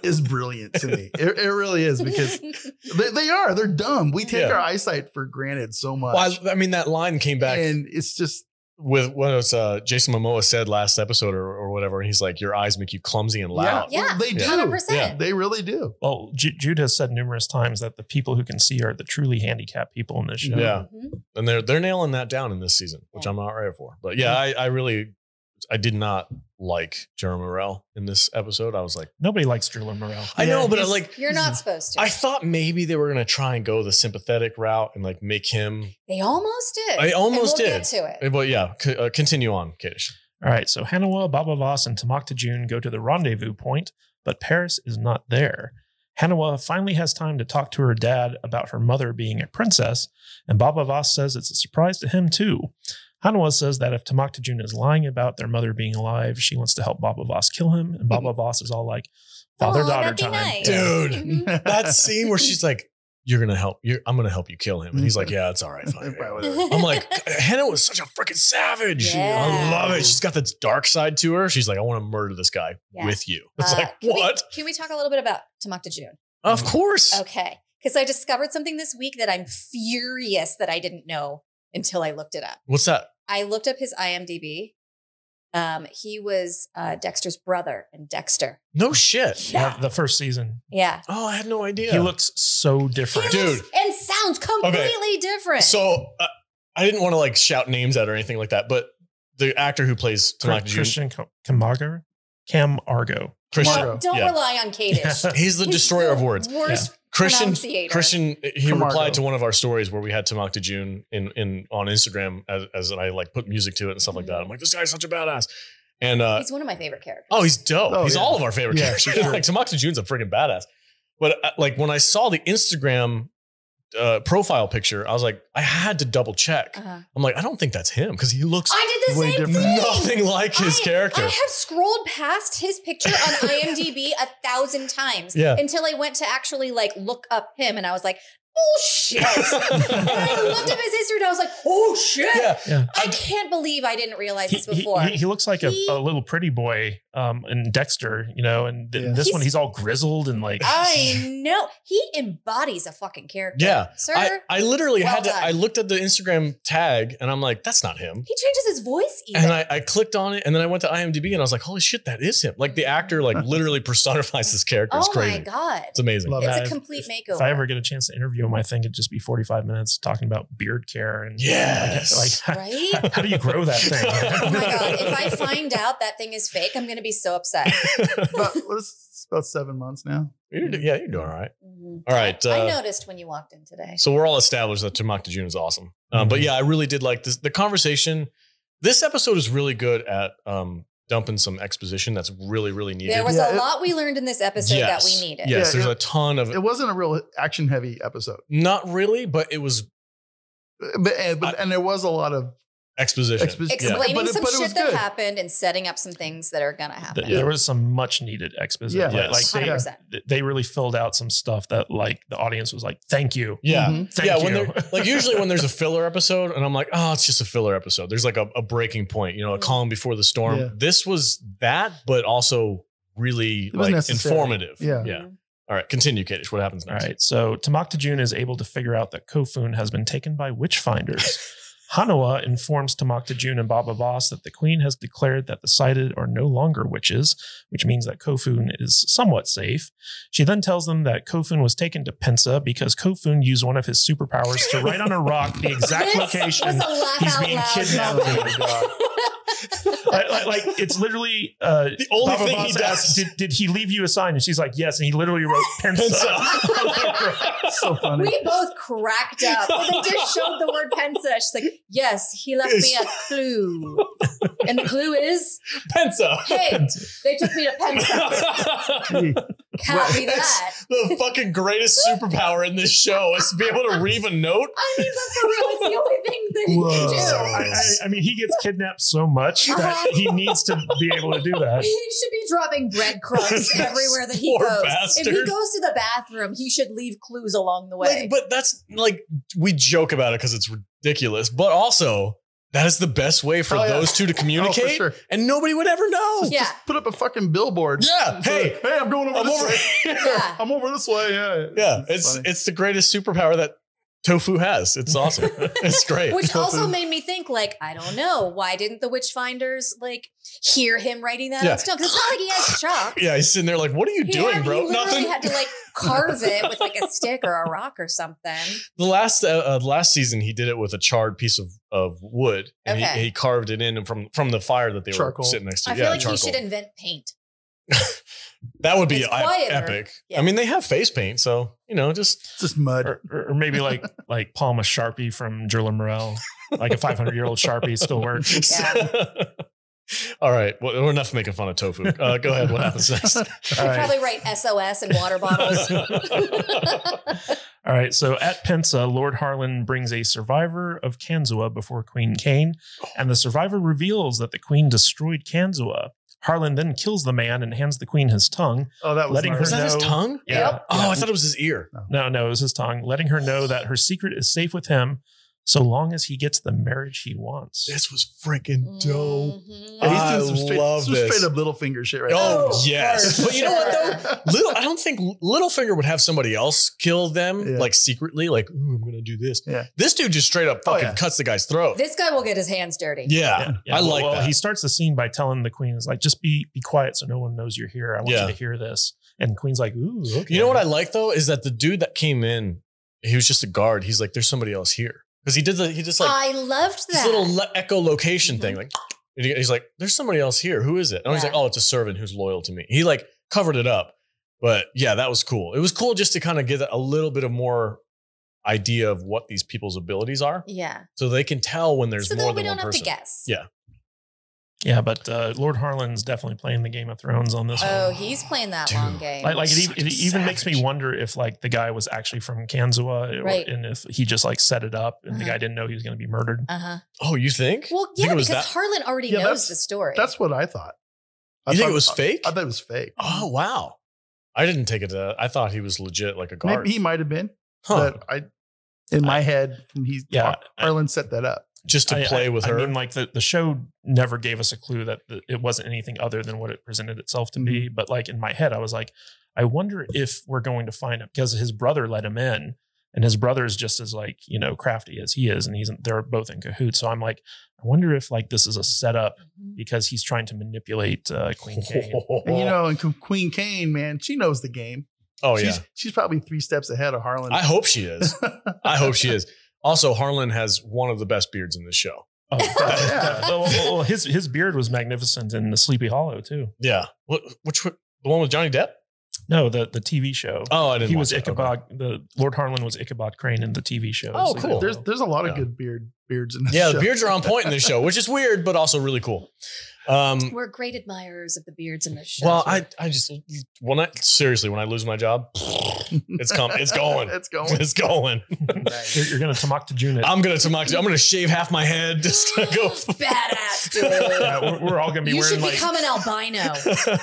Speaker 3: is brilliant to me. It, it really is because they, they are. They're dumb. We take
Speaker 1: Yeah.
Speaker 3: our eyesight for granted so much,
Speaker 1: well, I, I mean that line came back
Speaker 3: and it's just
Speaker 1: with what was uh, Jason Momoa said last episode or, or whatever, and he's like, your eyes make you clumsy and loud.
Speaker 2: Yeah,
Speaker 3: They do.
Speaker 2: 100%.
Speaker 1: Yeah.
Speaker 3: They really do.
Speaker 4: Well, Ju- Jude has said numerous times that the people who can see are the truly handicapped people in this show.
Speaker 1: Yeah.
Speaker 2: Mhm.
Speaker 1: and they're they're nailing that down in this season, which
Speaker 2: Yeah.
Speaker 1: I'm not right for. But yeah, I, I really I did not like Jeremy Morel in this episode. I was like,
Speaker 4: Nobody likes Driller Morel.
Speaker 1: I
Speaker 3: Yeah,
Speaker 1: know, but I
Speaker 3: he's-
Speaker 1: like
Speaker 2: You're not supposed to.
Speaker 1: I thought maybe they were gonna try and go the sympathetic route and like make him.
Speaker 2: they almost did.
Speaker 1: I almost
Speaker 2: and we'll
Speaker 1: did.
Speaker 2: Get to it.
Speaker 1: But yeah, c- uh, continue on, Kadish.
Speaker 4: All right, so Hanawa, Baba Voss, and Tamakta June go to the rendezvous point, but Paris is not there. Hanawa finally has time to talk to her dad about her mother being a princess, and Baba Voss says it's a surprise to him too. Hanawa says that if Tamakta June is lying about their mother being alive, she wants to help Baba Voss kill him, and Baba Voss is all like, father daughter
Speaker 2: Mm-hmm. that'd be
Speaker 4: time.
Speaker 2: nice.
Speaker 4: Yeah.
Speaker 1: Dude.
Speaker 2: Mhm.
Speaker 1: That scene where she's like, "You're gonna help. You're, I'm gonna help you kill him," and he's
Speaker 2: Mm-hmm.
Speaker 1: like, "Yeah, it's all right, fine." I'm like, Hannah was such a freaking savage. I
Speaker 2: Yeah.
Speaker 1: love it. She's got this dark side to her. She's like, I want to murder this guy
Speaker 2: Yeah.
Speaker 1: with you. It's
Speaker 2: Uh,
Speaker 1: like,
Speaker 2: can we- Mm-hmm.
Speaker 1: what?
Speaker 2: Can we talk a little bit about Tamakta June?
Speaker 1: Of course.
Speaker 2: Okay. Because I discovered something this week that I'm furious that I didn't know until I looked it up.
Speaker 1: What's that?
Speaker 2: I looked up his IMDb. Um, he was uh, Dexter's brother in Dexter.
Speaker 1: No shit.
Speaker 4: Yeah, the first season.
Speaker 2: Yeah.
Speaker 1: Oh, I had no idea.
Speaker 4: He looks so
Speaker 2: He
Speaker 4: different.
Speaker 1: Dude.
Speaker 2: looks and sounds completely different.
Speaker 1: so uh, I didn't want to like shout names out or anything like that, but the actor who plays Tanak June,
Speaker 4: Christian Camargo? Cam Argo.
Speaker 1: Christian,
Speaker 3: Camargo.
Speaker 2: don't, don't
Speaker 1: yeah.
Speaker 2: rely on Kadish.
Speaker 1: he's the
Speaker 2: He's
Speaker 1: destroyer of
Speaker 2: the
Speaker 1: words.
Speaker 2: Worst
Speaker 1: Christian,
Speaker 2: pronunciator.
Speaker 1: Christian, he
Speaker 3: Camargo.
Speaker 1: replied to one of our stories where we had Tamak to June in in on Instagram as, as I like put music to it and stuff like that. I'm like, this guy's such a badass, and uh,
Speaker 2: He's one of my favorite characters.
Speaker 1: Oh, he's dope.
Speaker 3: Oh,
Speaker 1: he's
Speaker 3: yeah.
Speaker 1: all of our favorite
Speaker 3: Yeah,
Speaker 1: characters.
Speaker 3: sure.
Speaker 1: like Tamakta June's a freaking badass. But uh, like when I saw the Instagram uh, profile picture, I was like, I had to double check.
Speaker 2: Uh-huh.
Speaker 1: I'm like, I don't think that's him because he looks
Speaker 2: I did the
Speaker 3: Way
Speaker 2: same
Speaker 3: different.
Speaker 2: thing.
Speaker 1: nothing like his
Speaker 2: I-
Speaker 1: character.
Speaker 2: I have scrolled past his picture on IMDb a thousand times
Speaker 1: Yeah.
Speaker 2: until I went to actually like look up him and I was like, oh shit. and I looked up his history and I was like, oh shit.
Speaker 1: yeah,
Speaker 4: Yeah.
Speaker 2: I can't believe I didn't realize this before.
Speaker 4: he- he looks like
Speaker 2: He-
Speaker 4: a, a little pretty boy um, in Dexter, you know, and th-
Speaker 3: Yeah.
Speaker 4: this one
Speaker 2: He's-
Speaker 4: he's all grizzled and like
Speaker 2: I know. He embodies a fucking character.
Speaker 1: Yeah.
Speaker 2: Sir,
Speaker 1: I, I literally
Speaker 2: Well
Speaker 1: had to.
Speaker 2: done.
Speaker 1: I looked at the Instagram tag and I'm like, that's not him.
Speaker 2: he changes his voice even.
Speaker 1: And I, I clicked on it and then I went to IMDb and I was like, holy shit, that is him. Like the actor like literally personifies this character.
Speaker 2: oh
Speaker 1: It's crazy.
Speaker 2: my God.
Speaker 1: It's amazing.
Speaker 4: Love
Speaker 2: It's
Speaker 4: that.
Speaker 2: a
Speaker 4: If-
Speaker 2: complete
Speaker 4: if,
Speaker 2: makeover.
Speaker 4: If I ever get a chance to interview him, I think it'd just be 45 minutes talking about beard care and
Speaker 1: Yes.
Speaker 4: like,
Speaker 2: Right?
Speaker 4: how do you grow that thing?
Speaker 2: Oh my God. If I find out that thing is fake, I'm going to be so upset.
Speaker 3: But what is it's about seven months now?
Speaker 1: You're, do- yeah, you're doing all right.
Speaker 2: Mhm.
Speaker 1: All right.
Speaker 2: I
Speaker 1: uh,
Speaker 2: noticed when you walked in today.
Speaker 1: So we're all established that Tamakta June is awesome. Um, But
Speaker 4: Mhm.
Speaker 1: yeah, I really did like this. The conversation, this episode is really good at um, dumping some exposition that's really, really needed.
Speaker 2: There was
Speaker 3: Yeah,
Speaker 2: a
Speaker 3: it-
Speaker 2: lot we learned in this episode that we
Speaker 1: Yes. Yes,
Speaker 2: needed.
Speaker 3: Yeah,
Speaker 1: there's
Speaker 3: it-
Speaker 1: a ton of,
Speaker 3: It wasn't a real action heavy episode,
Speaker 1: not really, but it was
Speaker 3: but and, but, and there was a lot of
Speaker 1: exposition.
Speaker 3: exposition.
Speaker 1: Yeah.
Speaker 2: Explaining
Speaker 3: But it-
Speaker 2: some
Speaker 3: but it was
Speaker 2: shit that
Speaker 3: good.
Speaker 2: happened and setting up some things that are gonna happen.
Speaker 4: Th- There was some much needed exposition.
Speaker 1: Yeah.
Speaker 4: Like, like, they-
Speaker 2: 100%.
Speaker 4: they, really filled out some stuff that like the audience was like, thank you.
Speaker 1: Yeah.
Speaker 3: Mhm.
Speaker 4: Thank
Speaker 1: yeah,
Speaker 4: you.
Speaker 1: when they're like usually when there's a filler episode, and I'm like, oh, it's just a filler episode. There's like a, a breaking point, you know, a
Speaker 2: Mm.
Speaker 1: calm before the storm.
Speaker 3: Yeah.
Speaker 1: This was that, but also really
Speaker 3: It was
Speaker 1: like
Speaker 3: necessary.
Speaker 1: informative.
Speaker 3: Yeah.
Speaker 1: yeah. All right, continue, Kadish. What happens
Speaker 4: All
Speaker 1: next?
Speaker 4: right. So Tamakta June is able to figure out that Kofun has been taken by witch finders. Hanawa informs Tamakta June and Baba Voss that the queen has declared that the sighted are no longer witches, which means that Kofun is somewhat safe. She then tells them that Kofun was taken to Pensa because Kofun used one of his superpowers to write on a rock the exact
Speaker 2: This was a
Speaker 4: location.
Speaker 2: laugh
Speaker 4: he's
Speaker 2: out
Speaker 4: being
Speaker 2: loud
Speaker 4: kidnapped.
Speaker 1: Oh
Speaker 2: moment.
Speaker 4: Like, like- like, it's literally uh,
Speaker 1: The only
Speaker 4: Baba
Speaker 1: thing he
Speaker 4: Voss
Speaker 1: does.
Speaker 4: asks, did, did he leave you a sign? And she's like, yes. And he literally wrote Pensa.
Speaker 3: so funny.
Speaker 2: We both cracked up. When they just showed the word Pensa. She's like, yes, he left me a clue. And the clue is,
Speaker 1: Pensa.
Speaker 2: hey, they took me to Pensa.
Speaker 3: Gee, Oh,
Speaker 2: Copy
Speaker 1: That's
Speaker 2: that.
Speaker 1: the fucking greatest superpower in this show is to be able to read a note.
Speaker 2: I mean, but for real, it's the only thing that you
Speaker 3: Whoa.
Speaker 4: So
Speaker 2: can do.
Speaker 4: I, I, I mean, he gets kidnapped so much that he needs to be able to do that.
Speaker 2: He should be dropping breadcrumbs
Speaker 1: This
Speaker 2: everywhere that he
Speaker 1: poor
Speaker 2: goes. If he
Speaker 1: bastard.
Speaker 2: goes to the bathroom, he should leave clues along the way.
Speaker 1: Like, but that's like we joke about it because it's ridiculous, but also that is the best way for
Speaker 3: Oh, yeah.
Speaker 1: those two to communicate,
Speaker 3: sure.
Speaker 1: and nobody would ever know.
Speaker 2: yeah,
Speaker 3: Put up a fucking billboard.
Speaker 1: Yeah. Hey,
Speaker 3: hey, I'm going over
Speaker 1: I'm
Speaker 3: this
Speaker 1: over
Speaker 3: way.
Speaker 1: here.
Speaker 2: yeah.
Speaker 3: I'm over this way. Yeah,
Speaker 1: Yeah, it's
Speaker 3: funny.
Speaker 1: it's the greatest superpower that tofu has. It's awesome. it's great.
Speaker 2: Which also
Speaker 3: Tofu.
Speaker 2: made me think, like, I don't know, why didn't the witch finders like hear him writing that
Speaker 1: Yeah.
Speaker 2: on stone? Because it's not like he has chalk.
Speaker 1: yeah, he's sitting there like, what are you
Speaker 2: He
Speaker 1: doing,
Speaker 2: had-
Speaker 1: bro?
Speaker 2: He literally
Speaker 1: Nothing.
Speaker 2: had to like carve it with like a stick or a rock or something.
Speaker 1: the last uh, uh, last season, he did it with a charred piece of, of wood, and
Speaker 2: Okay.
Speaker 1: he, he carved it in from from the fire that they
Speaker 3: Charcoal.
Speaker 1: were sitting next to.
Speaker 2: I
Speaker 1: yeah,
Speaker 2: feel like
Speaker 1: charcoal.
Speaker 2: he should invent paint.
Speaker 1: that would be
Speaker 2: It's
Speaker 1: e-
Speaker 2: quieter.
Speaker 1: epic.
Speaker 2: Yeah.
Speaker 1: I mean, they have face paint, so you know, just
Speaker 3: It's just mud.
Speaker 4: Or, or or maybe like like palm a sharpie from Jerla Morel, like a 500 year old sharpie still works.
Speaker 1: All right, well, we're enough making fun of tofu. Uh, go ahead. What happens next?
Speaker 2: He'd
Speaker 4: All right.
Speaker 2: probably write SOS and water bottles.
Speaker 4: All right. So at Pensa, Lord Harlan brings a survivor of Kanzua before Queen Kane, and the survivor reveals that the queen destroyed Kanzua. Harlan then kills the man and hands the queen his tongue.
Speaker 3: Oh, that was
Speaker 4: Letting
Speaker 3: nice.
Speaker 4: her
Speaker 1: Was that his
Speaker 4: No.
Speaker 1: tongue?
Speaker 2: Yep.
Speaker 1: Oh, I thought it was his ear.
Speaker 4: No, no, it was his tongue, letting her know that her secret is safe with him so long as he gets the marriage he wants.
Speaker 1: This was
Speaker 2: Mm.
Speaker 1: freaking dope.
Speaker 2: Mhm.
Speaker 3: Yeah,
Speaker 1: I
Speaker 3: he's doing some straight,
Speaker 1: love
Speaker 3: some
Speaker 1: this.
Speaker 3: straight up little finger shit right
Speaker 1: Oh,
Speaker 2: Oh,
Speaker 1: yes,
Speaker 2: for
Speaker 1: but you know what though?
Speaker 3: now.
Speaker 1: Little, I don't think Littlefinger would have somebody else kill them
Speaker 3: Yeah.
Speaker 1: like secretly, like Ooh, I'm gonna do this.
Speaker 3: Yeah.
Speaker 1: This dude just straight up
Speaker 3: Oh,
Speaker 1: fucking
Speaker 3: yeah.
Speaker 1: cuts the guy's throat.
Speaker 2: This guy will get his hands dirty.
Speaker 1: yeah.
Speaker 4: Yeah,
Speaker 1: I like
Speaker 4: well,
Speaker 1: that.
Speaker 4: he starts the scene by telling the queen is like, just be be quiet so no one knows you're here. I want
Speaker 1: Yeah.
Speaker 4: you to hear this. And the queen's like, ooh, okay.
Speaker 1: You know what I like though is that the dude that came in, he was just a guard. He's like, there's somebody else here because he did the he just like
Speaker 2: I loved
Speaker 1: this
Speaker 2: that.
Speaker 1: little le- echolocation
Speaker 2: Mhm.
Speaker 1: thing. Like and he- he's like, there's somebody else here. Who is it? And he's
Speaker 2: Yeah.
Speaker 1: like, oh, it's a servant who's loyal to me. He like covered it up, but yeah, that was cool. It was cool just to kind of get a little bit of more idea of what these people's abilities are.
Speaker 2: yeah.
Speaker 1: so they can tell when there's
Speaker 2: so
Speaker 1: more
Speaker 2: then we
Speaker 1: than
Speaker 2: don't
Speaker 1: one
Speaker 2: have
Speaker 1: person.
Speaker 2: to guess.
Speaker 1: Yeah.
Speaker 4: Yeah, but uh, Lord Harlan's definitely playing the Game of Thrones on this one.
Speaker 2: Oh, he's playing that
Speaker 1: Dude.
Speaker 2: long game.
Speaker 4: Like, like it,
Speaker 1: Such
Speaker 4: e-
Speaker 1: a
Speaker 4: it even makes me
Speaker 1: savage.
Speaker 4: wonder if like the guy was actually from Kanzua, or,
Speaker 2: Right.
Speaker 4: and if he just like set it up, and the
Speaker 2: Uh-huh.
Speaker 4: guy didn't know he was going to be murdered.
Speaker 2: uh huh.
Speaker 1: Oh, you think?
Speaker 2: Well,
Speaker 1: think
Speaker 2: yeah,
Speaker 1: it was
Speaker 2: because
Speaker 1: that-
Speaker 2: Harlan already
Speaker 3: Yeah,
Speaker 2: knows
Speaker 3: that's-
Speaker 2: the story.
Speaker 3: That's what I thought. I
Speaker 1: you think
Speaker 3: thought-
Speaker 1: it was fake?
Speaker 3: I thought it was fake.
Speaker 1: oh wow, I didn't take it. To, I thought he was legit, like a guard.
Speaker 3: Maybe he might have been,
Speaker 1: Huh.
Speaker 3: but I, in my head, he
Speaker 4: Yeah, I-
Speaker 3: Harlan set that up.
Speaker 1: Just to
Speaker 4: I-
Speaker 1: play
Speaker 4: I-
Speaker 1: with
Speaker 4: I
Speaker 1: her.
Speaker 4: mean, like the, the show never gave us a clue that the, it wasn't anything other than what it presented itself to
Speaker 1: Mm-hmm.
Speaker 4: be. But like in my head, I was like, I wonder if we're going to find him because his brother let him in, and his brother is just as like you know crafty as he is, and he's they're both in cahoots. So I'm like, I wonder if like this is a setup
Speaker 2: Mm-hmm.
Speaker 4: because he's trying to manipulate uh, Queen Kate.
Speaker 3: And you know, and Queen Kane, man, she knows the game.
Speaker 1: oh yeah.
Speaker 3: she's, she's probably three steps ahead of Harlan.
Speaker 1: I hope she is. I hope she is. Also, Harlan has one of the best beards in this show.
Speaker 4: Oh,
Speaker 3: Yeah.
Speaker 4: well, well, well, his his beard was magnificent in the Sleepy Hollow too.
Speaker 1: Yeah. What? Which? one- The one with Johnny Depp?
Speaker 4: No, the the TV show.
Speaker 1: Oh, I didn't.
Speaker 4: he
Speaker 1: watch
Speaker 4: was
Speaker 1: it. Okay.
Speaker 4: Ichabod. The Lord Harlan was Ichabod Crane in the TV show.
Speaker 1: Oh,
Speaker 4: Sleepy
Speaker 1: cool.
Speaker 4: Hollow.
Speaker 3: There's there's a lot of
Speaker 1: Yeah.
Speaker 3: good beard beards in this
Speaker 1: Yeah, the
Speaker 3: show.
Speaker 1: beards are on point in this show, which is weird, but also really cool. Um,
Speaker 2: We're great admirers of the beards in this show.
Speaker 1: well, I, I just when I seriously when I lose my job, It's com- it's going.
Speaker 3: it's going.
Speaker 1: it's going.
Speaker 4: You're, you're gonna Tamak to June it.
Speaker 1: I'm gonna tamaki. I'm gonna shave half my head. Just gonna go.
Speaker 2: badass dude.
Speaker 4: Yeah, Uh, we're, we're all gonna be
Speaker 2: you
Speaker 4: wearing
Speaker 2: should
Speaker 4: like
Speaker 2: become an albino.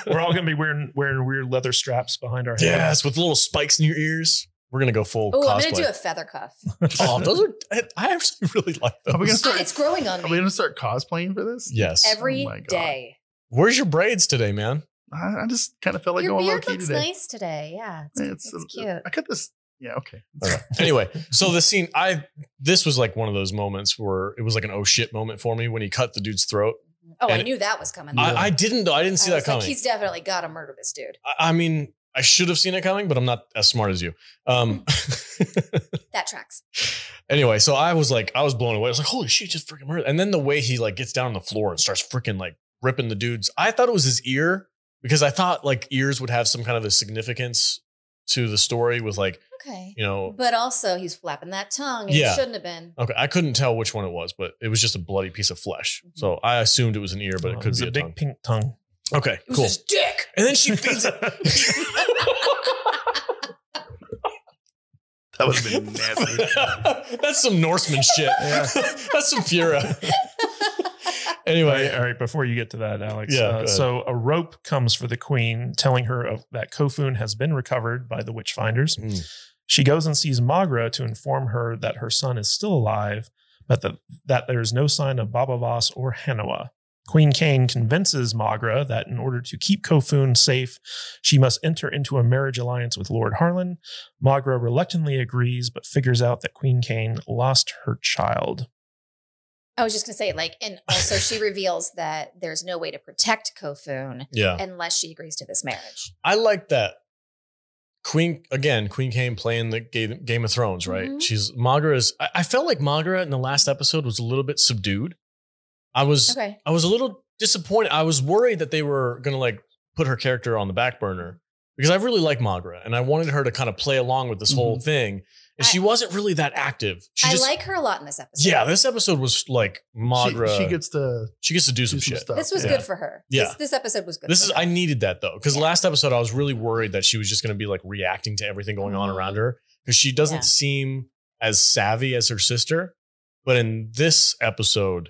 Speaker 4: we're all gonna be wearing wearing weird leather straps behind our heads.
Speaker 1: yes, with little spikes in your ears. We're gonna go full
Speaker 2: Oh, I'm
Speaker 1: cosplay.
Speaker 2: gonna do a feather cuff.
Speaker 1: oh, those are. I- I actually really like those.
Speaker 3: Are we gonna
Speaker 2: Ah, it's
Speaker 3: start?
Speaker 2: growing on
Speaker 3: Are we
Speaker 2: me
Speaker 3: gonna start cosplaying for this?
Speaker 1: yes.
Speaker 2: every
Speaker 3: Oh my God.
Speaker 2: day.
Speaker 1: Where's your braids today, man?
Speaker 3: I, I just kind of felt like
Speaker 2: Your
Speaker 3: going low
Speaker 2: beard
Speaker 3: key
Speaker 2: looks
Speaker 3: today.
Speaker 2: nice today. Yeah, it's,
Speaker 3: It's, uh,
Speaker 2: it's cute.
Speaker 3: I cut this. Yeah, okay.
Speaker 1: All right. Anyway, so the scene. I this was like one of those moments where it was like an oh shit moment for me when he cut the dude's throat.
Speaker 2: Oh, I
Speaker 1: And-
Speaker 2: knew that was coming.
Speaker 1: I, I didn't though. I didn't see
Speaker 2: I
Speaker 1: that
Speaker 2: was
Speaker 1: coming.
Speaker 2: Like, He's definitely got to murder this dude.
Speaker 1: I, I mean, I should have seen it coming, but I'm not as smart as you. Um,
Speaker 2: That tracks.
Speaker 1: Anyway, so I was like, I was blown away. I was like, holy shit, he just freaking murdered. And then the way he like gets down on the floor and starts freaking like ripping the dudes. I thought it was his ear because I thought like ears would have some kind of a significance to the story with like,
Speaker 2: Okay.
Speaker 1: you know,
Speaker 2: But also, he's flapping that tongue. And
Speaker 1: Yeah. Uh,
Speaker 2: It shouldn't have been.
Speaker 1: okay, I couldn't tell which one it was, but it was just a bloody piece of flesh. So I assumed it was an ear, but
Speaker 4: Oh,
Speaker 1: it could
Speaker 4: it's
Speaker 1: be a,
Speaker 4: big
Speaker 1: tongue.
Speaker 4: pink tongue.
Speaker 1: Okay,
Speaker 2: It was
Speaker 1: cool.
Speaker 2: his dick.
Speaker 1: And then she feeds it.
Speaker 3: That would have been nasty.
Speaker 1: That's some Norseman shit.
Speaker 4: Yeah.
Speaker 1: That's some Fura. anyway,
Speaker 4: all right, before you get to that, Alex.
Speaker 1: Yeah,
Speaker 4: uh,
Speaker 1: go ahead.
Speaker 4: so a rope comes for the queen, telling her of, that Kofun has been recovered by the witch finders.
Speaker 1: Mm.
Speaker 4: She goes and sees Magra to inform her that her son is still alive, but that, that there is no sign of Baba Voss or Hanawa. Queen Kane convinces Magra that in order to keep Kofun safe, she must enter into a marriage alliance with Lord Harlan. Magra reluctantly agrees, but figures out that Queen Kane lost her child.
Speaker 2: I was just gonna say, like, and also she reveals that there's no way to protect Kofun
Speaker 1: yeah,
Speaker 2: unless she agrees to this marriage.
Speaker 1: I like that. Queen again, Queen Kane playing the Ga- Game of Thrones, right?
Speaker 2: Mhm.
Speaker 1: She's Magra's. I, I felt like Magra in the last episode was a little bit subdued. I was
Speaker 2: Okay.
Speaker 1: I was a little disappointed. I was worried that they were gonna like put her character on the back burner because I really like Magra and I wanted her to kind of play along with this whole thing. And
Speaker 2: Mm-hmm. I-
Speaker 1: she wasn't really that active. She
Speaker 2: I
Speaker 1: just,
Speaker 2: like her a lot in this episode.
Speaker 1: yeah, this episode was like Magra.
Speaker 3: She, she gets to
Speaker 1: to do
Speaker 3: do
Speaker 1: some
Speaker 3: some
Speaker 1: shit.
Speaker 3: stuff.
Speaker 2: This was
Speaker 1: Yeah.
Speaker 2: good for her.
Speaker 1: Yeah.
Speaker 2: This, this episode was good.
Speaker 1: This is
Speaker 2: for her.
Speaker 1: I needed that though because
Speaker 2: Yeah.
Speaker 1: last episode I was really worried that she was just going to be like reacting to everything going on around her because she doesn't
Speaker 2: Mm-hmm. Yeah.
Speaker 1: seem as savvy as her sister, but in this episode,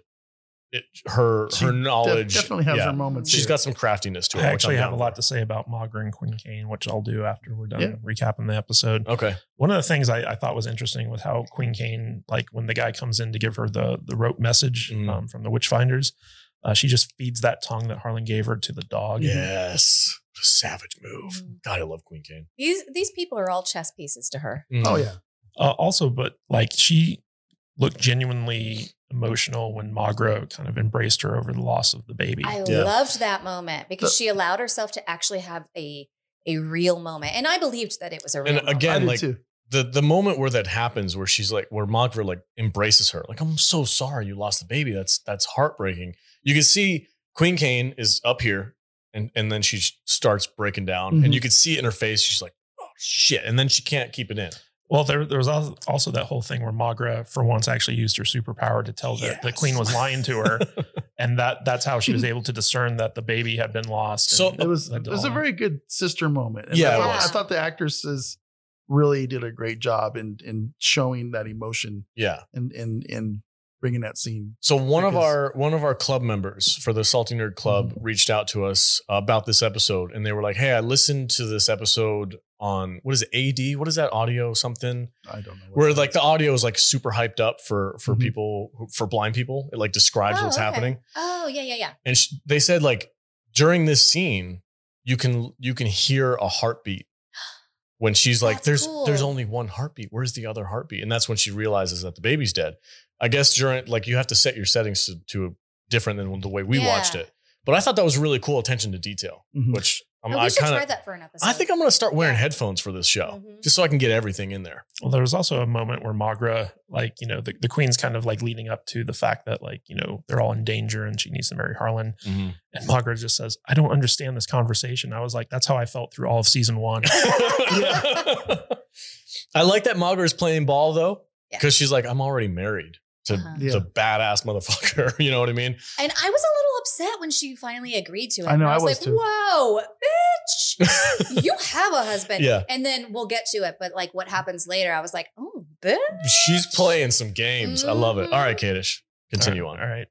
Speaker 1: it, her
Speaker 3: She
Speaker 1: her
Speaker 3: Def-
Speaker 1: knowledge
Speaker 3: definitely has
Speaker 1: yeah.
Speaker 3: her moments.
Speaker 1: She's
Speaker 3: here.
Speaker 1: got some craftiness to
Speaker 4: I
Speaker 1: her. which
Speaker 4: actually
Speaker 1: I'm
Speaker 4: have a
Speaker 1: down
Speaker 4: lot to say about Magra and Queen Kane, which I'll do after we're done
Speaker 3: Yeah.
Speaker 4: recapping the episode.
Speaker 1: for. Okay.
Speaker 3: Mm-hmm.
Speaker 4: One of the things I, I thought was interesting with how Queen Kane, like when the guy comes in to give her the the rope message
Speaker 1: Mm.
Speaker 4: um, from the witch finders, uh, she just feeds that tongue that Harlan gave her to the dog.
Speaker 1: Yes. Savage move.
Speaker 3: Mm.
Speaker 2: Mhm.
Speaker 1: God, I love Queen Kane.
Speaker 2: These these people are all chess pieces to her.
Speaker 1: Mm.
Speaker 3: Oh yeah.
Speaker 4: Uh, also, but like she looked genuinely emotional when Magra kind of embraced her over the loss of the baby.
Speaker 2: I
Speaker 1: Yeah.
Speaker 2: loved that moment because
Speaker 3: The-
Speaker 2: she allowed herself to actually have a a real moment, and I believed that it was a real.
Speaker 1: And
Speaker 2: moment.
Speaker 1: again,
Speaker 3: I did
Speaker 1: like-
Speaker 3: too.
Speaker 1: the the moment where that happens, where she's like, where Magra like embraces her, like, I'm so sorry you lost the baby. That's that's heartbreaking. You can see Queen Kane is up here, and and then she starts breaking down, and
Speaker 3: Mhm.
Speaker 1: you can see it in her face. She's like, oh shit, and then she can't keep it in.
Speaker 4: Well, there, there was al- also that whole thing where Magra, for once, actually used her superpower to tell that the
Speaker 1: Yes.
Speaker 4: queen was lying to her, and that that's how she was able to discern that the baby had been lost.
Speaker 1: So-
Speaker 4: and
Speaker 3: It was
Speaker 4: that
Speaker 3: it was a
Speaker 4: all-
Speaker 3: very good sister moment.
Speaker 1: Yeah,
Speaker 3: I
Speaker 1: it
Speaker 3: thought,
Speaker 2: was.
Speaker 3: I thought the actresses really did a great job in in showing that emotion
Speaker 1: Yeah.
Speaker 3: and and and bringing that scene.
Speaker 1: So one of
Speaker 3: Because-
Speaker 1: our one of our club members for the Salty Nerd Club
Speaker 2: Mm-hmm.
Speaker 1: reached out to us about this episode, and they were like, "Hey, I listened to this episode on what is it? AD? What is that audio? Something
Speaker 3: I don't know. what
Speaker 1: where
Speaker 3: that
Speaker 1: like
Speaker 3: is.
Speaker 1: the audio is like super hyped up for for
Speaker 3: Mhm.
Speaker 1: people who- for blind people. It like describes
Speaker 2: Mm-hmm. Oh,
Speaker 1: what's
Speaker 2: okay.
Speaker 1: happening,
Speaker 2: Oh yeah, yeah, yeah.
Speaker 1: and sh- they said like during this scene, you can you can hear a heartbeat when she's like,
Speaker 2: That's
Speaker 1: "There's
Speaker 2: cool.
Speaker 1: there's only one heartbeat. Where's the other heartbeat?" And that's when she realizes that the baby's dead. I guess during like you have to set your settings to, to different than the way we
Speaker 2: Yeah.
Speaker 1: watched it. But I thought that was really cool attention to detail,
Speaker 3: Mhm.
Speaker 1: which I'm,
Speaker 2: Oh,
Speaker 1: I
Speaker 2: we should
Speaker 1: kind
Speaker 2: try
Speaker 1: of
Speaker 2: that for an episode.
Speaker 1: I think I'm gonna start wearing
Speaker 2: Yeah.
Speaker 1: headphones for this show
Speaker 2: Mhm.
Speaker 1: just so I can get everything in there.
Speaker 4: Well, there was also a moment where Magra, like you know, the, the queen's kind of like leading up to the fact that like you know they're all in danger and she needs to marry Harlan, and Magra just says, "I don't understand this conversation." I was like, "That's how I felt through all of season one."
Speaker 1: I like that Magra is playing ball though,
Speaker 2: Yeah.
Speaker 1: because she's like, I'm already married to
Speaker 2: Uh-huh.
Speaker 1: the badass motherfucker. You know what I mean?
Speaker 2: And I was a little upset when she finally agreed to it.
Speaker 3: I know,
Speaker 2: And
Speaker 3: I was
Speaker 2: like,
Speaker 3: too.
Speaker 2: whoa, bitch, you have a husband.
Speaker 1: Yeah.
Speaker 2: And then we'll get to it. But like what happens later, I was like, oh, bitch.
Speaker 1: She's playing some games. I love it. All right, Kadish, continue
Speaker 4: All right,
Speaker 1: on.
Speaker 4: All right.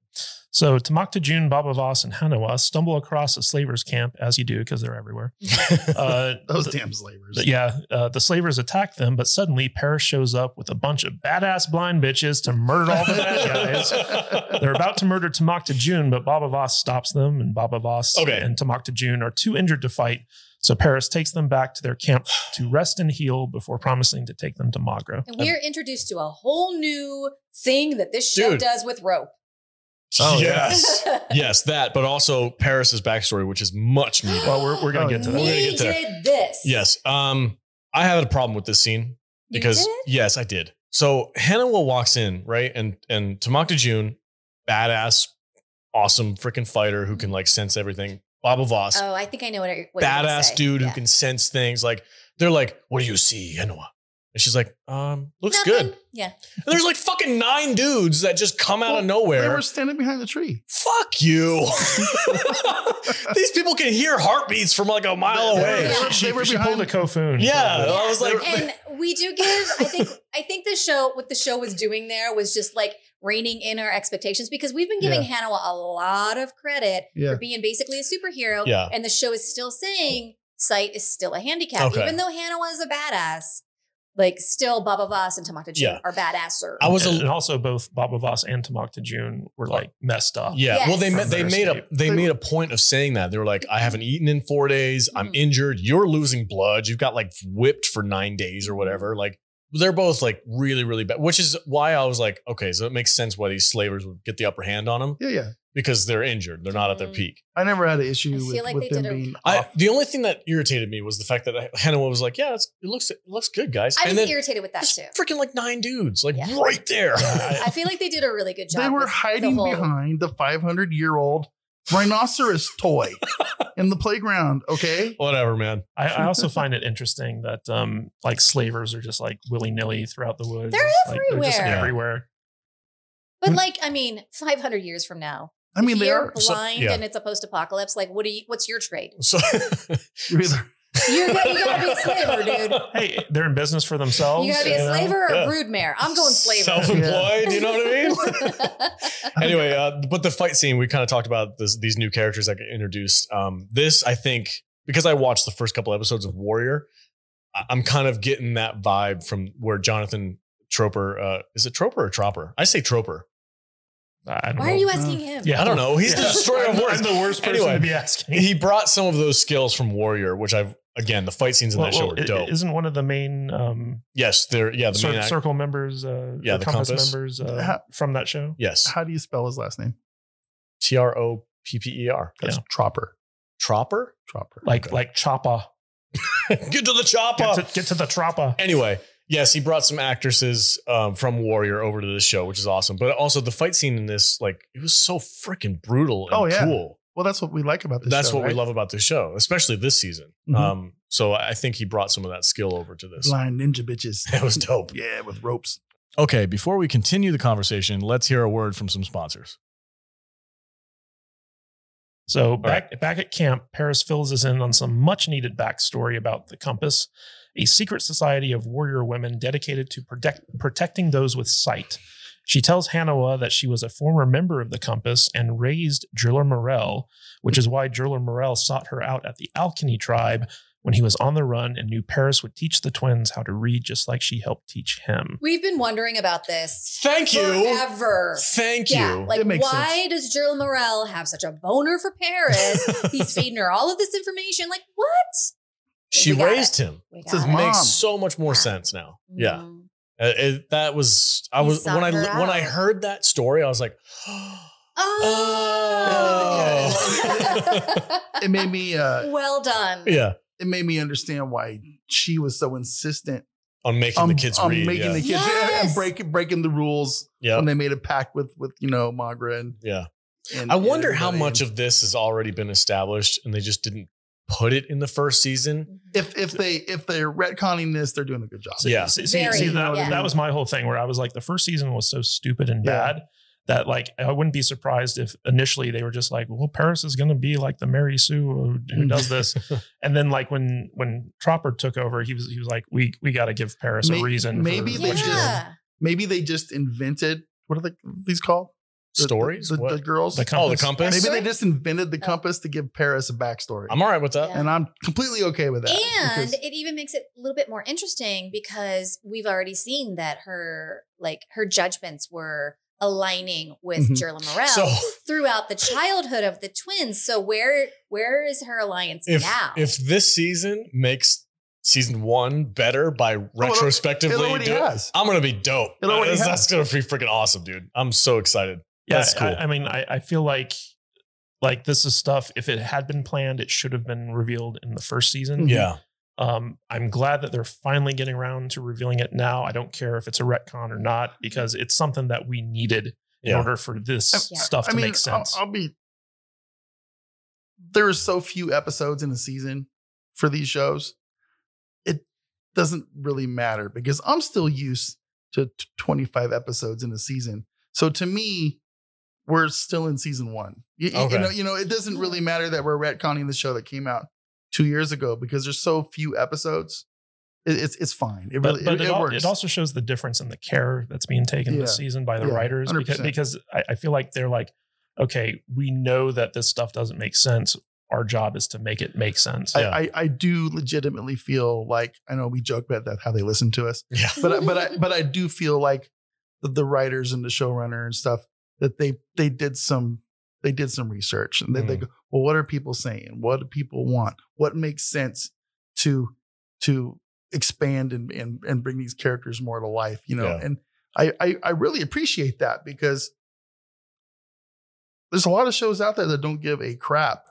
Speaker 4: So Tamakta June, Baba Voss, and Hanawa stumble across a slaver's camp as you do because they're everywhere. Uh,
Speaker 3: those
Speaker 4: the-
Speaker 3: damn slavers.
Speaker 4: the- yeah, uh, the slavers attack them, but suddenly Paris shows up with a bunch of badass blind bitches to murder all the bad guys. They're about to murder Tamakta June, but Baba Voss stops them, and Baba Voss
Speaker 1: Okay.
Speaker 4: and Tamakta June are too injured to fight. So Paris takes them back to their camp to rest and heal before promising to take them to Magra.
Speaker 2: And we're introduced to a whole new thing that this show
Speaker 1: Dude.
Speaker 2: does with rope.
Speaker 3: Oh, yeah.
Speaker 1: yes. yes, that, but also Paris's backstory, which is much needed.
Speaker 4: Well, we're, we're going
Speaker 3: Oh,
Speaker 4: to get to
Speaker 1: We're
Speaker 4: that.
Speaker 1: gonna
Speaker 2: we
Speaker 1: get there.
Speaker 2: did this.
Speaker 1: Yes. Um, I had a problem with this scene
Speaker 2: You
Speaker 1: because
Speaker 2: did?
Speaker 1: yes, I did. So Hanawa walks in, right? And and Tamakta June, badass, awesome freaking fighter who can like sense everything. Baba Voss,
Speaker 2: Oh, I think I know what, I, what you're gonna
Speaker 1: badass
Speaker 2: say.
Speaker 1: dude
Speaker 2: Yeah.
Speaker 1: who can sense things. Like they're like, what do you see, Hanawa? And she's like, um, looks
Speaker 2: Nothing.
Speaker 1: good.
Speaker 2: Yeah.
Speaker 1: And there's like fucking nine dudes that just come out of
Speaker 3: They
Speaker 1: nowhere.
Speaker 3: were standing behind the tree.
Speaker 1: Fuck you. These people can hear heartbeats from like a mile
Speaker 3: They-
Speaker 1: away.
Speaker 3: they were-
Speaker 4: she,
Speaker 3: they were
Speaker 4: she
Speaker 3: behind-
Speaker 4: pulled a Kofun.
Speaker 1: Yeah.
Speaker 2: Yeah,
Speaker 1: I was like,
Speaker 2: and we do give. I think. I think the show, what the show was doing there, was just like reining in our expectations because we've been giving Hanawa a lot of credit
Speaker 3: Yeah.
Speaker 2: for being basically a superhero,
Speaker 1: Yeah.
Speaker 2: and the show is still saying Sight is still a handicap,
Speaker 1: Okay.
Speaker 2: even though Hanawa is a badass. Like, still, Baba Voss and Tamata Jun
Speaker 1: Yeah.
Speaker 2: are badasser.
Speaker 1: I was a,
Speaker 4: And, and also both Baba Voss and Tamakta June were like messed up.
Speaker 1: yeah. Well, they
Speaker 2: Yes.
Speaker 1: ma- they
Speaker 4: From their
Speaker 1: made a
Speaker 4: escape.
Speaker 1: they made a point of saying that they were like, I haven't eaten in four days. I'm
Speaker 2: Mhm.
Speaker 1: injured. You're losing blood. You've got like whipped for nine days or whatever. Like they're both like really really bad, which is why I was like, okay, so it makes sense why these slavers would get the upper hand on them
Speaker 3: Yeah, yeah.
Speaker 1: because they're injured. They're not at their
Speaker 2: Mm.
Speaker 1: peak.
Speaker 3: I never had an issue
Speaker 2: I feel
Speaker 3: with,
Speaker 2: like they
Speaker 3: with them
Speaker 2: did a-
Speaker 3: being
Speaker 1: I,
Speaker 3: off.
Speaker 1: the only thing that irritated me was the fact that Hannah was like, "Yeah, it's, it looks it looks good, guys,"
Speaker 2: I was
Speaker 1: and then
Speaker 2: irritated with that
Speaker 1: there's
Speaker 2: too.
Speaker 1: freaking like nine dudes, like
Speaker 2: Yeah.
Speaker 1: right there.
Speaker 2: I feel like they did a really good job.
Speaker 3: They were
Speaker 2: with the
Speaker 3: hiding
Speaker 2: whole-
Speaker 3: behind the 500 year old rhinoceros toy in the playground. Okay.
Speaker 1: Whatever, man.
Speaker 4: I, I also find it interesting that um like slavers are just like willy nilly throughout the woods.
Speaker 2: They're
Speaker 4: Like, they're just
Speaker 2: everywhere.
Speaker 1: Yeah.
Speaker 4: everywhere.
Speaker 2: But like, I mean, 500 years from now,
Speaker 3: I mean,
Speaker 2: if
Speaker 3: they
Speaker 2: you're
Speaker 3: are.
Speaker 1: So-
Speaker 2: blind
Speaker 1: yeah.
Speaker 2: and it's a post-apocalypse. Like, what do you? What's your trade?
Speaker 1: So
Speaker 3: You're either-
Speaker 2: You, got- you gotta be a slaver, dude.
Speaker 4: Hey, they're in business for themselves.
Speaker 2: You gotta be
Speaker 4: you
Speaker 2: a
Speaker 4: know?
Speaker 2: slaver or
Speaker 1: Yeah.
Speaker 2: a brood mare. I'm going slaver.
Speaker 1: Self-employed, you know what I mean? anyway, uh, but the fight scene we kind of talked about this, these new characters that get introduced. Um, this, I think, because I watched the first couple episodes of Warrior, I- I'm kind of getting that vibe from where Jonathan Troper uh, is it Troper or Tropper? I say Troper.
Speaker 4: I don't
Speaker 2: Why
Speaker 4: know.
Speaker 2: are you asking him?
Speaker 4: Yeah.
Speaker 1: I don't know. He's the
Speaker 4: Yeah.
Speaker 1: destroyer of
Speaker 4: I'm-
Speaker 1: words.
Speaker 4: I'm the worst person
Speaker 1: Anyway.
Speaker 4: to be asking.
Speaker 1: He brought some of those skills from Warrior, which I've again the fight scenes in
Speaker 4: Well,
Speaker 1: that show
Speaker 4: well,
Speaker 1: were
Speaker 4: i-
Speaker 1: dope.
Speaker 4: Isn't one of the main um
Speaker 1: yes, they're yeah the
Speaker 4: cir-
Speaker 1: main act-
Speaker 4: circle members, uh,
Speaker 1: Yeah,
Speaker 4: or
Speaker 1: the
Speaker 4: compass,
Speaker 1: Compass.
Speaker 4: members uh,
Speaker 3: Ha-
Speaker 4: from that show?
Speaker 1: yes
Speaker 3: How do you spell his last name?
Speaker 1: T R O P P E R
Speaker 4: Yeah.
Speaker 3: That's Tropper.
Speaker 1: Tropper.
Speaker 3: Tropper.
Speaker 4: Like like Choppa.
Speaker 1: Get to the
Speaker 4: Get
Speaker 1: chopper.
Speaker 4: to, get to the Troppa.
Speaker 1: anyway, yes, he brought some actresses um, from Warrior over to this show, which is awesome. But also the fight scene in this, like, it was so freaking brutal and
Speaker 3: Oh, yeah.
Speaker 1: cool.
Speaker 3: well, that's what we like about this.
Speaker 1: That's
Speaker 3: show,
Speaker 1: what we
Speaker 3: right?
Speaker 1: love about this show, especially this season.
Speaker 3: Mhm.
Speaker 1: Um, so I think he brought some of that skill over to this.
Speaker 3: Blind ninja bitches.
Speaker 1: That was dope.
Speaker 3: Yeah, with ropes.
Speaker 1: Okay, before we continue the conversation, let's hear a word from some sponsors.
Speaker 4: So back back at camp, Paris fills us in on some much needed backstory about the Compass, a secret society of warrior women dedicated to protect, protecting those with sight. She tells Hanawa that she was a former member of the Compass and raised Driller Morel, which is why Driller Morel sought her out at the Alchemy tribe when he was on the run and knew Paris would teach the twins how to read just like she helped teach him.
Speaker 2: We've been wondering about this
Speaker 1: Thank you.
Speaker 2: forever.
Speaker 1: Thank
Speaker 2: Yeah,
Speaker 1: you.
Speaker 2: like
Speaker 3: It makes
Speaker 2: why does Jill Morel have such a boner for Paris? He's feeding her all of this information. Like what?
Speaker 1: she
Speaker 2: we got
Speaker 1: raised him.
Speaker 2: We
Speaker 3: This is
Speaker 2: got
Speaker 3: Mom.
Speaker 2: it.
Speaker 1: Makes so much more sense now. Yeah.
Speaker 2: Mhm.
Speaker 1: Uh, it- that was I
Speaker 2: You
Speaker 1: was when
Speaker 2: sought
Speaker 1: I
Speaker 2: her
Speaker 1: when I
Speaker 2: out.
Speaker 1: heard that story, I was like,
Speaker 3: Oh.
Speaker 2: Oh.
Speaker 3: It made me. Uh,
Speaker 2: well done.
Speaker 1: yeah,
Speaker 3: it made me understand why she was so insistent
Speaker 1: on making the kids
Speaker 3: on
Speaker 1: read.
Speaker 3: Um, making
Speaker 1: yeah.
Speaker 3: the kids
Speaker 2: Yes.
Speaker 3: and breaking breaking the rules
Speaker 1: yeah.
Speaker 3: when they made a pact with with you know Magra and.
Speaker 1: yeah.
Speaker 3: and
Speaker 1: I wonder how
Speaker 3: everybody.
Speaker 1: much of this has already been established and they just didn't put it in the first season.
Speaker 3: if if they if they're retconning this, they're doing a good job.
Speaker 4: So,
Speaker 1: Yeah.
Speaker 4: See, see-
Speaker 2: Very,
Speaker 4: see, that,
Speaker 2: yeah.
Speaker 4: that was my whole thing where I was like, the first season was so stupid and
Speaker 3: Yeah.
Speaker 4: bad that like I wouldn't be surprised if initially they were just like, well, Paris is going to be like the Mary Sue who,
Speaker 3: Mm.
Speaker 4: who does this, and then like when when Tropper took over, he was he was like, we we got to give Paris
Speaker 3: May-
Speaker 4: a reason.
Speaker 3: maybe
Speaker 4: for
Speaker 3: they
Speaker 4: what she did."
Speaker 3: just-
Speaker 2: Yeah.
Speaker 3: Maybe they just invented what are they these called? The-
Speaker 1: Stories?
Speaker 3: The, the,
Speaker 1: What?
Speaker 3: the girls.
Speaker 4: The compass.
Speaker 1: oh, the compass.
Speaker 3: Maybe
Speaker 2: Sorry?
Speaker 3: they just invented the compass to give Paris a backstory,
Speaker 1: I'm all right with that.
Speaker 2: Yeah.
Speaker 3: and I'm completely okay with that.
Speaker 2: And
Speaker 3: because-
Speaker 2: it even makes it a little bit more interesting because we've already seen that her like her judgments were aligning with
Speaker 3: Mhm.
Speaker 2: Jerla Morel
Speaker 1: Mm-hmm. So
Speaker 2: throughout the childhood of the twins. So where where is her alliance
Speaker 1: if
Speaker 2: now?
Speaker 1: if this season makes season one better by retrospectively,
Speaker 3: it already
Speaker 1: do-
Speaker 3: Oh, has.
Speaker 1: I'm gonna be dope.
Speaker 3: It already
Speaker 1: That's,
Speaker 3: has.
Speaker 1: that's gonna be freaking awesome, dude. I'm so excited. That's
Speaker 4: I-
Speaker 1: cool.
Speaker 4: I, I mean, I, I feel like like this is stuff. If it had been planned, it should have been revealed in the first season.
Speaker 3: Mhm.
Speaker 1: Yeah.
Speaker 4: Um, I'm glad that they're finally getting around to revealing it now. I don't care if it's a retcon or not because it's something that we needed in
Speaker 1: Yeah.
Speaker 4: order for this
Speaker 2: Yeah.
Speaker 4: stuff to
Speaker 3: mean,
Speaker 4: make sense.
Speaker 3: I'll, I'll be. There are so few episodes in a season for these shows. It doesn't really matter because I'm still used to t- 25 episodes in a season. So to me, we're still in season one. You, you- you
Speaker 1: Okay.
Speaker 3: know, you know, it doesn't really matter that we're retconning the show that came out two years ago because there's so few episodes. It, it's it's fine. It
Speaker 4: But,
Speaker 3: really
Speaker 4: but
Speaker 3: it,
Speaker 4: it,
Speaker 3: it
Speaker 4: al-
Speaker 3: works.
Speaker 4: it also shows the difference in the care that's being taken
Speaker 3: Yeah.
Speaker 4: this season by the
Speaker 3: Yeah,
Speaker 4: writers because,
Speaker 3: 100%.
Speaker 4: because I, I feel like they're like, okay, we know that this stuff doesn't make sense. Our job is to make it make sense.
Speaker 3: I,
Speaker 1: Yeah.
Speaker 3: I, I do legitimately feel like I know we joke about that how they listen to us,
Speaker 1: Yeah.
Speaker 3: but I- but I but I do feel like the, the writers and the showrunner and stuff that they they did some they did some research and they, they
Speaker 1: Mhm.
Speaker 3: go well what are people saying what do people want what makes sense to to expand and and, and bring these characters more to life you know
Speaker 1: Yeah.
Speaker 3: and I, I I really appreciate that because there's a lot of shows out there that don't give a crap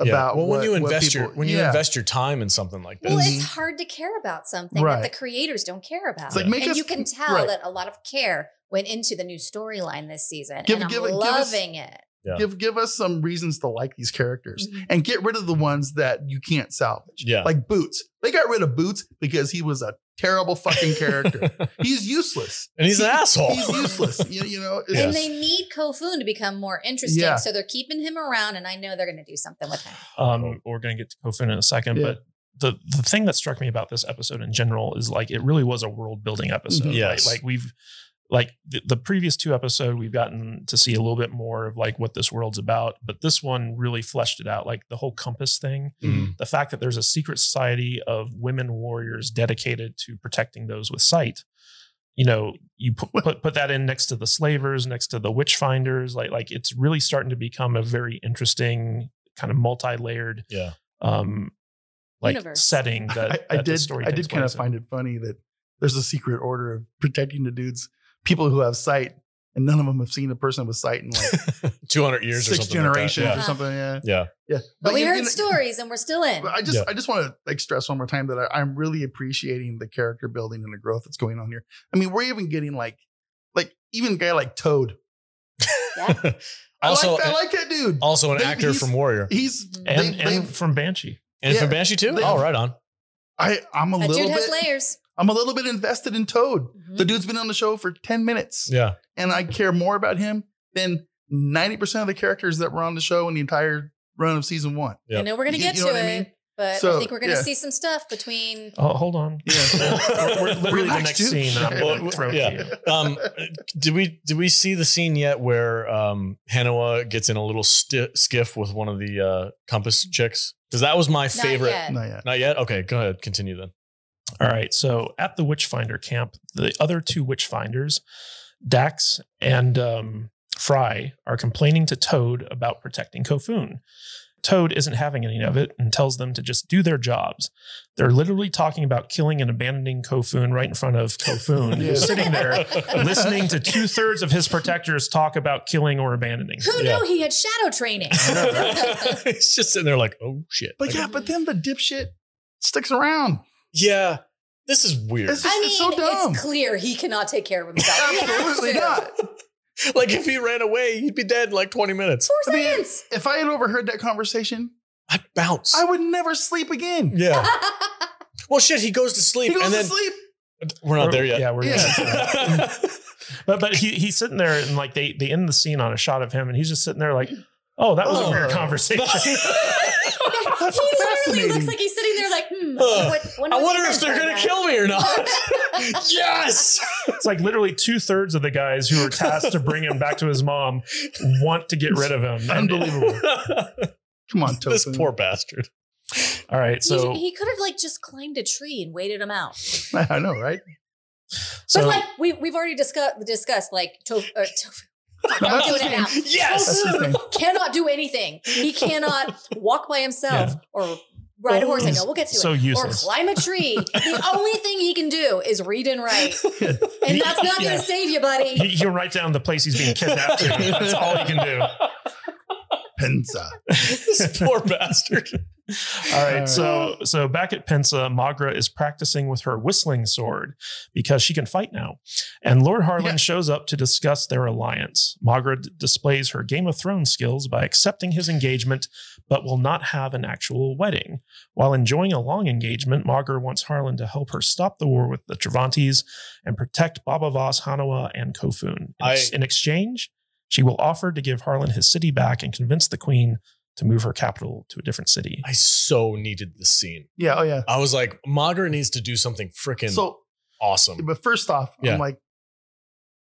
Speaker 1: Yeah.
Speaker 3: about
Speaker 1: well,
Speaker 3: what,
Speaker 1: when you
Speaker 3: what
Speaker 1: invest
Speaker 3: people-
Speaker 1: your when you
Speaker 3: Yeah.
Speaker 1: invest your time in something like this.
Speaker 2: Well,
Speaker 3: Mhm.
Speaker 2: it's hard to care about something
Speaker 3: Right.
Speaker 2: that the creators don't care about.
Speaker 3: It's like, make
Speaker 2: and
Speaker 3: us-
Speaker 2: you can tell
Speaker 3: right.
Speaker 2: that a lot of care went into the new storyline this season.
Speaker 3: Give-
Speaker 2: and I'm
Speaker 3: give it- give us-
Speaker 2: loving it. Mm-hmm.
Speaker 1: Yeah.
Speaker 3: give give us some reasons to like these characters and get rid of the ones that you can't salvage.
Speaker 1: yeah.
Speaker 3: Like Boots. They got rid of Boots because he was a terrible fucking character. he's useless.
Speaker 1: and he's an asshole.
Speaker 3: He's useless. You, you know, it's-
Speaker 2: And they need Kofun to become more interesting.
Speaker 3: Yeah.
Speaker 2: So they're keeping him around, and I know they're going to do something with him.
Speaker 4: Um, we're going to get to Kofun in a second,
Speaker 3: Yeah.
Speaker 4: but the the thing that struck me about this episode in general is like it really was a world building episode.
Speaker 1: Mhm.
Speaker 4: right?
Speaker 1: Yes.
Speaker 4: like we've like the, the previous two episode we've gotten to see a little bit more of like what this world's about, but this one really fleshed it out. Like the whole compass thing,
Speaker 1: Mm.
Speaker 4: the fact that there's a secret society of women warriors dedicated to protecting those with sight. You know, you put, put put that in next to the slavers, next to the witch finders. Like like it's really starting to become a very interesting kind of multi layered
Speaker 1: Yeah.
Speaker 4: um like
Speaker 2: Universe.
Speaker 4: setting that,
Speaker 3: I, I
Speaker 4: that the
Speaker 3: did
Speaker 4: story
Speaker 3: I did
Speaker 4: takes
Speaker 3: kind of
Speaker 4: place in.
Speaker 3: find it funny that there's a secret order of protecting the dudes, people who have sight, and none of them have seen a person with sight in like
Speaker 1: 200 years or
Speaker 3: six
Speaker 1: something.
Speaker 3: generations
Speaker 1: Like
Speaker 3: or
Speaker 1: that.
Speaker 3: something. Yeah.
Speaker 1: Yeah.
Speaker 3: Yeah.
Speaker 2: But, we
Speaker 3: you-
Speaker 2: heard
Speaker 3: you know-
Speaker 2: stories, and we're still in.
Speaker 3: But I just
Speaker 1: Yeah.
Speaker 3: I just want to like stress one more time that I, I'm really appreciating the character building and the growth that's going on here. I mean, we're even getting like like even a guy like Toad.
Speaker 1: Yeah.
Speaker 2: Yeah.
Speaker 1: also,
Speaker 3: I like I like that dude.
Speaker 1: also an
Speaker 3: They-
Speaker 1: actor
Speaker 3: he's-
Speaker 1: from Warrior
Speaker 3: He's
Speaker 4: eh, and,
Speaker 3: they,
Speaker 4: and
Speaker 3: they've-
Speaker 4: from banshee
Speaker 1: and from
Speaker 3: yeah,
Speaker 1: Banshee too.
Speaker 3: they-
Speaker 1: oh, right on.
Speaker 3: I I'm a
Speaker 2: That
Speaker 3: little
Speaker 2: dude has
Speaker 3: bit
Speaker 2: layers.
Speaker 3: I'm a little bit invested in Toad.
Speaker 2: Mhm.
Speaker 3: The dude's been on the show for 10 minutes
Speaker 1: Yeah.
Speaker 3: and I care more about him than 90% of the characters that were on the show in the entire run of season 1.
Speaker 1: Yeah.
Speaker 2: I know we're going to
Speaker 3: You-
Speaker 2: get
Speaker 3: you
Speaker 2: to
Speaker 3: know what I
Speaker 2: it,
Speaker 3: mean?
Speaker 2: but I
Speaker 3: So,
Speaker 2: think we're going to
Speaker 3: yeah.
Speaker 2: see some stuff between.
Speaker 4: oh hold on
Speaker 3: Yeah.
Speaker 4: we're, we're literally the
Speaker 3: Relax,
Speaker 4: next
Speaker 3: dude.
Speaker 4: scene uh, and i'm going
Speaker 1: Well,
Speaker 4: to throw it
Speaker 1: yeah.
Speaker 4: to you
Speaker 1: Um, did we did we see the scene yet where um, Hanoa gets in a little sti- skiff with one of the uh, compass chicks? Because that was my favorite.
Speaker 2: Not yet.
Speaker 3: Not yet.
Speaker 1: Not yet. Okay, go ahead. Continue then.
Speaker 4: all right so at the witchfinder camp the other two witchfinders dax and um, fry are complaining to toad about protecting kofun toad isn't having any of it and tells them to just do their jobs they're literally talking about killing and abandoning kofun right in front of kofun
Speaker 3: Yeah.
Speaker 4: who's sitting there listening to two thirds of his protectors talk about killing or abandoning.
Speaker 2: Who
Speaker 1: Yeah.
Speaker 2: knew he had shadow training?
Speaker 1: it's just sitting there like, oh shit.
Speaker 3: But
Speaker 1: Like,
Speaker 3: yeah, but then the dipshit sticks around.
Speaker 1: yeah, this is weird.
Speaker 3: It's just
Speaker 2: I mean,
Speaker 3: it's so dumb.
Speaker 2: it's clear he cannot take care of himself. He has
Speaker 3: Absolutely
Speaker 2: to.
Speaker 3: not.
Speaker 1: like if he ran away, he'd be dead in like 20 minutes.
Speaker 2: Four
Speaker 3: I mean,
Speaker 2: seconds.
Speaker 3: If I had overheard that conversation,
Speaker 1: I'd bounce.
Speaker 3: I would never sleep again.
Speaker 1: yeah. Well, shit, he goes to sleep
Speaker 3: He goes
Speaker 1: and
Speaker 3: to
Speaker 1: then
Speaker 3: sleep.
Speaker 1: we're not there
Speaker 4: We're-
Speaker 1: yet.
Speaker 4: Yeah, we're
Speaker 3: Yeah.
Speaker 4: Gonna, but but he, he's sitting there and like they they end the scene on a shot of him and he's just sitting there like, oh, that was
Speaker 1: Oh.
Speaker 4: a weird conversation.
Speaker 3: That's
Speaker 2: he literally
Speaker 3: fascinating.
Speaker 2: looks like he's sitting there like,
Speaker 1: Ugh.
Speaker 2: hmm. what- what
Speaker 1: I
Speaker 2: am
Speaker 1: wonder
Speaker 2: gonna
Speaker 1: if they're
Speaker 2: do
Speaker 1: gonna
Speaker 2: now?
Speaker 1: kill me or not. yes.
Speaker 4: it's like literally two thirds of the guys who are tasked to bring him back to his mom want to get rid of him. And-
Speaker 3: Unbelievable. Come on,
Speaker 1: this
Speaker 3: Tofu.
Speaker 1: poor bastard.
Speaker 4: all right,
Speaker 2: He-
Speaker 4: so
Speaker 2: he, could have like just climbed a tree and waited him out.
Speaker 3: I know, right?
Speaker 4: so
Speaker 2: but like we we've already discussed discussed like tofu. Uh, tofu. Fuck, I'm
Speaker 3: That's
Speaker 2: doing it
Speaker 3: his name.
Speaker 2: now.
Speaker 1: Yes.
Speaker 3: That's his name.
Speaker 2: Cannot do anything. He cannot walk by himself or ride a horse. I know we'll get to
Speaker 4: so
Speaker 2: it.
Speaker 4: useless.
Speaker 2: Or climb a tree. The only thing he can do is read and write, and that's not
Speaker 4: Yeah.
Speaker 2: going to save you, buddy.
Speaker 4: he, he'll write down the place he's being kidnapped to. That's all he can do.
Speaker 3: Penza.
Speaker 1: this poor bastard.
Speaker 4: All
Speaker 3: All
Speaker 4: right,
Speaker 3: right.
Speaker 4: so so back at Pensa, Magra is practicing with her whistling sword because she can fight now. And Lord Harlan
Speaker 3: Yeah.
Speaker 4: shows up to discuss their alliance. Magra d- displays her Game of Thrones skills by accepting his engagement, but will not have an actual wedding. While enjoying a long engagement, Magra wants Harlan to help her stop the war with the Travantes and protect Baba Voss, Hanawa, and Kofun. In, ex-
Speaker 1: I-
Speaker 4: in exchange, she will offer to give Harlan his city back and convince the queen to move her capital to a different city.
Speaker 1: I so needed this scene.
Speaker 3: Yeah. Oh yeah.
Speaker 1: I was like, Magra needs to do something freaking
Speaker 3: So,
Speaker 1: awesome.
Speaker 3: but first off,
Speaker 1: Yeah.
Speaker 3: I'm like,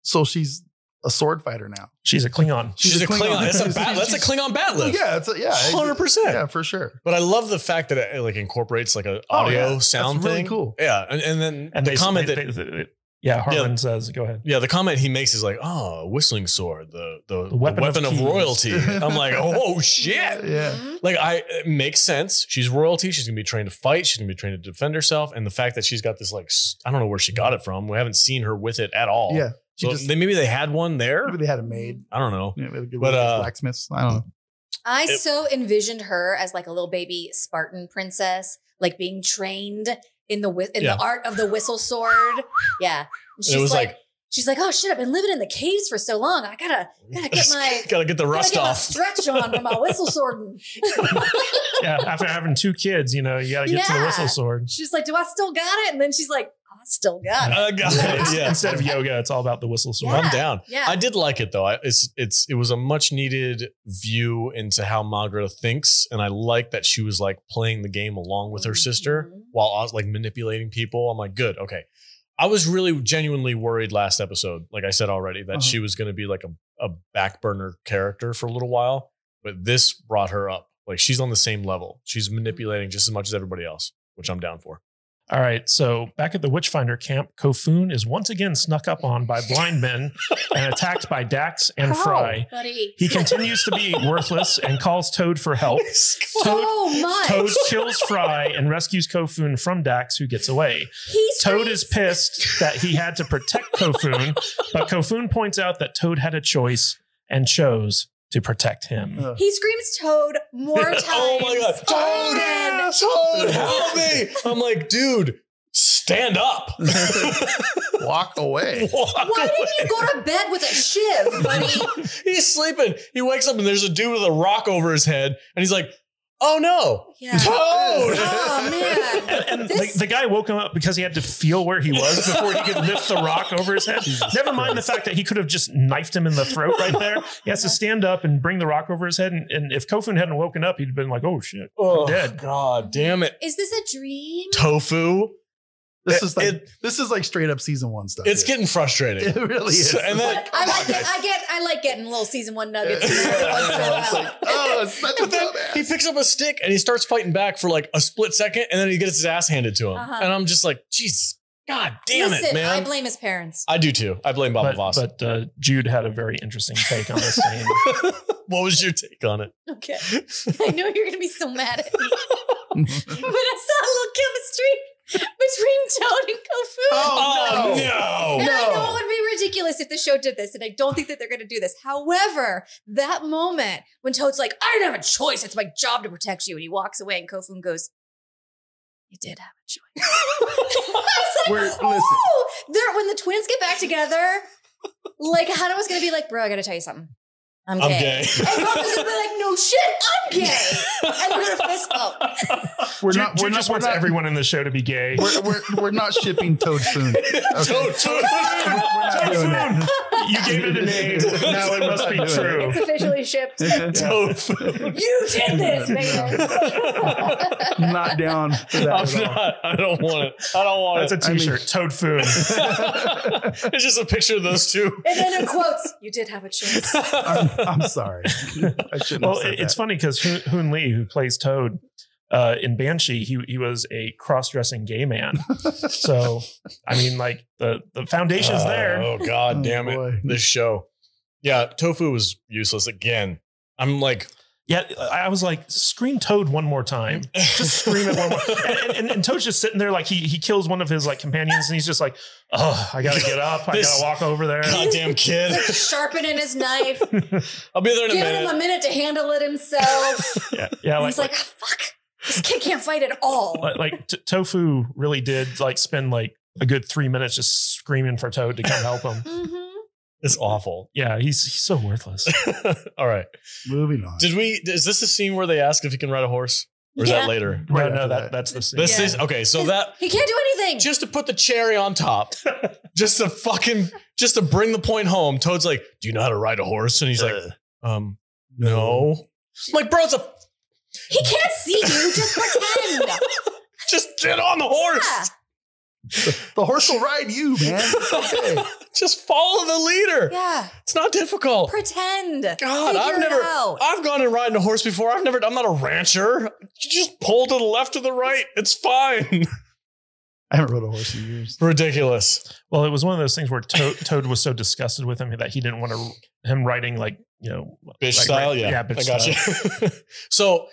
Speaker 3: so she's a sword fighter now.
Speaker 4: She's a Klingon.
Speaker 1: She's, a Klingon. That's, a bat, that's a Klingon bat
Speaker 3: Well,
Speaker 1: lift.
Speaker 3: yeah. It's a, yeah. it-
Speaker 1: 100%.
Speaker 3: Yeah, for sure.
Speaker 1: But I love the fact that it, it, like incorporates like a
Speaker 3: Oh,
Speaker 1: audio
Speaker 3: yeah.
Speaker 1: sound
Speaker 3: That's really
Speaker 1: thing.
Speaker 3: cool.
Speaker 1: Yeah, and, and then
Speaker 4: And
Speaker 1: the
Speaker 4: they,
Speaker 1: comment
Speaker 4: they-
Speaker 1: that
Speaker 4: they- they- they- yeah, Harlan says, "Go ahead."
Speaker 1: yeah, the comment he makes is like, "Oh, whistling sword, the the, the weapon,
Speaker 4: weapon of
Speaker 1: of,
Speaker 4: kings."
Speaker 1: royalty." I'm like, "Oh shit!"
Speaker 3: Yeah.
Speaker 2: Mhm.
Speaker 1: Like, I it makes sense. She's royalty. She's gonna be trained to fight. She's gonna be trained to defend herself. And the fact that she's got this like, s- I don't know where she got it from. We haven't seen her with it at all.
Speaker 3: Yeah. She
Speaker 1: So
Speaker 3: just
Speaker 1: they, maybe they had one there.
Speaker 3: maybe they had it made.
Speaker 1: I don't know.
Speaker 3: You know, they had a good
Speaker 1: But,
Speaker 3: one,
Speaker 1: uh,
Speaker 3: blacksmiths. I don't know.
Speaker 2: I
Speaker 1: It-
Speaker 2: so envisioned her as like a little baby Spartan princess, like being trained in the whi- in
Speaker 1: Yeah.
Speaker 2: the art of the whistle sword. Yeah, And
Speaker 1: And it was like,
Speaker 2: she's like, oh shit, I've been living in the caves for so long. I gotta gotta get my
Speaker 1: gotta get the
Speaker 2: gotta
Speaker 1: rust
Speaker 2: get my
Speaker 1: off.
Speaker 2: stretch on for my whistle sword.
Speaker 4: Yeah, after having two kids, you know, you got to get to the
Speaker 2: Yeah.
Speaker 4: whistle sword.
Speaker 2: She's like, do I still got it? And then she's like, I still got it.
Speaker 1: Uh, God,
Speaker 4: It's-
Speaker 1: yeah.
Speaker 4: Instead of yoga, it's all about the whistle sword.
Speaker 1: I'm
Speaker 2: Yeah.
Speaker 1: down.
Speaker 2: Yeah,
Speaker 1: I did like it though. I, it's it's it was a much needed view into how Magra thinks, and I like that she was like playing the game along with her sister
Speaker 2: Mhm.
Speaker 1: while I was like manipulating people. I'm like, good, okay. I was really genuinely worried last episode, like I said already, that
Speaker 3: Uh-huh.
Speaker 1: she was going to be like a, a back burner character for a little while, but this brought her up. Like she's on the same level. She's manipulating just as much as everybody else, which I'm down for.
Speaker 4: All right, so back at the Witchfinder camp, Kofun is once again snuck up on by blind men and attacked by Dax and
Speaker 3: How?
Speaker 4: Fry.
Speaker 2: buddy.
Speaker 4: He continues to be worthless and calls Toad for help. Toad,
Speaker 2: so much.
Speaker 4: Toad kills Fry and rescues Kofun from Dax, who gets away.
Speaker 2: He's
Speaker 4: Toad is pissed that he had to protect Kofun, but Kofun points out that Toad had a choice and chose to protect him.
Speaker 3: Uh,
Speaker 2: He screams Toad more times.
Speaker 1: Oh my god,
Speaker 2: than-
Speaker 1: Toad! Toad, help me! I'm like, dude, stand up.
Speaker 3: Walk away.
Speaker 1: Walk
Speaker 2: Why
Speaker 1: away.
Speaker 2: didn't you go to bed with a shiv, buddy?
Speaker 1: He's sleeping. He wakes up and there's a dude with a rock over his head, and he's like, "Oh no,
Speaker 2: Yeah.
Speaker 1: Toad!"
Speaker 2: Oh man.
Speaker 4: And, and
Speaker 2: This-
Speaker 4: the, the guy woke him up because he had to feel where he was before he could lift the rock over his head. Never mind the fact that he could have just knifed him in the throat right there. He has to stand up and bring the rock over his head. And, and if Kofun hadn't woken up, he'd been like, oh shit.
Speaker 1: Oh
Speaker 4: Dead.
Speaker 1: God, damn it,
Speaker 2: Is this a dream?
Speaker 1: tofu.
Speaker 3: This
Speaker 1: It-
Speaker 3: is like
Speaker 1: it-
Speaker 3: this is like straight up season one stuff.
Speaker 1: It's
Speaker 3: dude.
Speaker 1: getting frustrating.
Speaker 3: it really is.
Speaker 1: So- and then-
Speaker 2: But I like it. I get I like getting little season one nuggets. in there every once in a
Speaker 3: it's
Speaker 2: while.
Speaker 3: like, oh, it's such a
Speaker 1: But then he
Speaker 3: dumbass.
Speaker 1: picks up a stick and he starts fighting back for like a split second, and then he gets his ass handed to him.
Speaker 2: Uh-huh.
Speaker 1: And I'm just like, Jesus, God damn
Speaker 2: Listen,
Speaker 1: it, man.
Speaker 2: I blame his parents.
Speaker 1: I do too. I blame Baba
Speaker 4: But,
Speaker 1: Voss.
Speaker 4: but uh, Jude had a very interesting take on this scene.
Speaker 1: what was your take on it?
Speaker 2: Okay. I know you're gonna be so mad at me. But I saw a little chemistry between Toad and Kofu.
Speaker 1: no.
Speaker 3: Oh,
Speaker 2: And I know
Speaker 3: No.
Speaker 2: it would be ridiculous if the show did this, and I don't think that they're going to do this. However, that moment when Toad's like, I didn't have a choice. It's my job to protect you. And he walks away, and Kofun goes, You did have a choice. I was like,
Speaker 3: We're- listen.
Speaker 2: "Oh!" They're- when the twins get back together, like, Hannah was going to be like, Bro, I got to tell you something. I'm gay.
Speaker 1: I'm gay.
Speaker 2: And Kofun's going to be like, No shit, I'm gay. And we're going to fist bump.
Speaker 4: We're
Speaker 3: Ju-
Speaker 4: not,
Speaker 3: Jude
Speaker 4: Jude
Speaker 3: just
Speaker 4: just
Speaker 3: wants
Speaker 4: wants everyone in the show to be gay.
Speaker 3: We're, we're, we're not shipping Toad soon.
Speaker 1: Toad, Toad.
Speaker 3: We're not doing that.
Speaker 4: You gave it a name. Now it must be true.
Speaker 2: It's officially shipped.
Speaker 1: Tofu.
Speaker 2: You did this, baby.
Speaker 3: Not down for that
Speaker 1: I'm
Speaker 3: at all.
Speaker 1: not. I don't want it. I don't want
Speaker 4: Oh, That's a
Speaker 1: it.
Speaker 3: I mean-
Speaker 4: t-shirt. Toad Foon.
Speaker 1: it's just a picture of those two.
Speaker 2: And then in quotes, you did have a choice.
Speaker 3: I'm, I'm sorry. I shouldn't
Speaker 4: Well,
Speaker 3: have said
Speaker 4: it- it's funny because Hoon, Hoon Lee, who plays Toad uh, in Banshee, he he was a cross-dressing gay man. so, I mean, like the the foundation's there.
Speaker 1: Oh god damn it.
Speaker 3: boy.
Speaker 1: This show. Yeah, tofu was useless again. I'm like
Speaker 4: Yet I was like, scream Toad one more time. Just scream it one more. And, and, and Toad's just sitting there, like he he kills one of his like companions, and he's just like, oh, I gotta get up. I
Speaker 1: This-
Speaker 4: gotta walk over there.
Speaker 1: goddamn kid.
Speaker 2: Like sharpening his knife,
Speaker 1: I'll be there in a
Speaker 2: giving him
Speaker 1: minute.
Speaker 2: a minute to handle it himself.
Speaker 4: Yeah, yeah,
Speaker 2: And
Speaker 4: like,
Speaker 2: he's like, "Ah, fuck. This kid can't fight at all.
Speaker 4: Like, like t- Tofu really did like spend like a good three minutes just screaming for Toad to come help him.
Speaker 2: Mm-hmm.
Speaker 1: It's awful.
Speaker 4: Yeah, he's he's so worthless.
Speaker 1: All right.
Speaker 3: Moving on.
Speaker 1: Did we? Is this the scene where they ask if he can ride a horse, or is
Speaker 2: Yeah.
Speaker 1: that later?
Speaker 3: Right
Speaker 4: no,
Speaker 3: after
Speaker 4: no, that,
Speaker 3: that.
Speaker 4: that's the scene.
Speaker 1: This
Speaker 2: Yeah.
Speaker 1: is okay. So
Speaker 2: Is-
Speaker 1: that
Speaker 2: He can't do anything.
Speaker 1: just to put the cherry on top, just to fucking just to bring the point home. Toad's like, "Do you know how to ride a horse?" And he's like,
Speaker 3: Uh,
Speaker 1: "Um, no." I'm like, bro, it's a
Speaker 2: he can't see you. Just pretend.
Speaker 1: just get on the horse.
Speaker 2: Yeah.
Speaker 3: the horse will ride you, man. It's okay.
Speaker 1: just follow the leader.
Speaker 2: Yeah.
Speaker 1: It's not difficult.
Speaker 2: Pretend.
Speaker 1: God,
Speaker 2: Figure
Speaker 1: I've
Speaker 2: it
Speaker 1: never, Um,
Speaker 2: out.
Speaker 1: I've gone and ridden a horse before. I've never, I'm not a rancher. You just pull to the left or the right. It's fine.
Speaker 3: I haven't rode a horse in years.
Speaker 1: Ridiculous.
Speaker 4: Well, it was one of those things where Toad, Toad was so disgusted with him that he didn't want to him writing like you know
Speaker 1: Bitch
Speaker 4: like,
Speaker 1: style,
Speaker 4: right-
Speaker 1: yeah.
Speaker 4: yeah, bitch
Speaker 1: I got you. so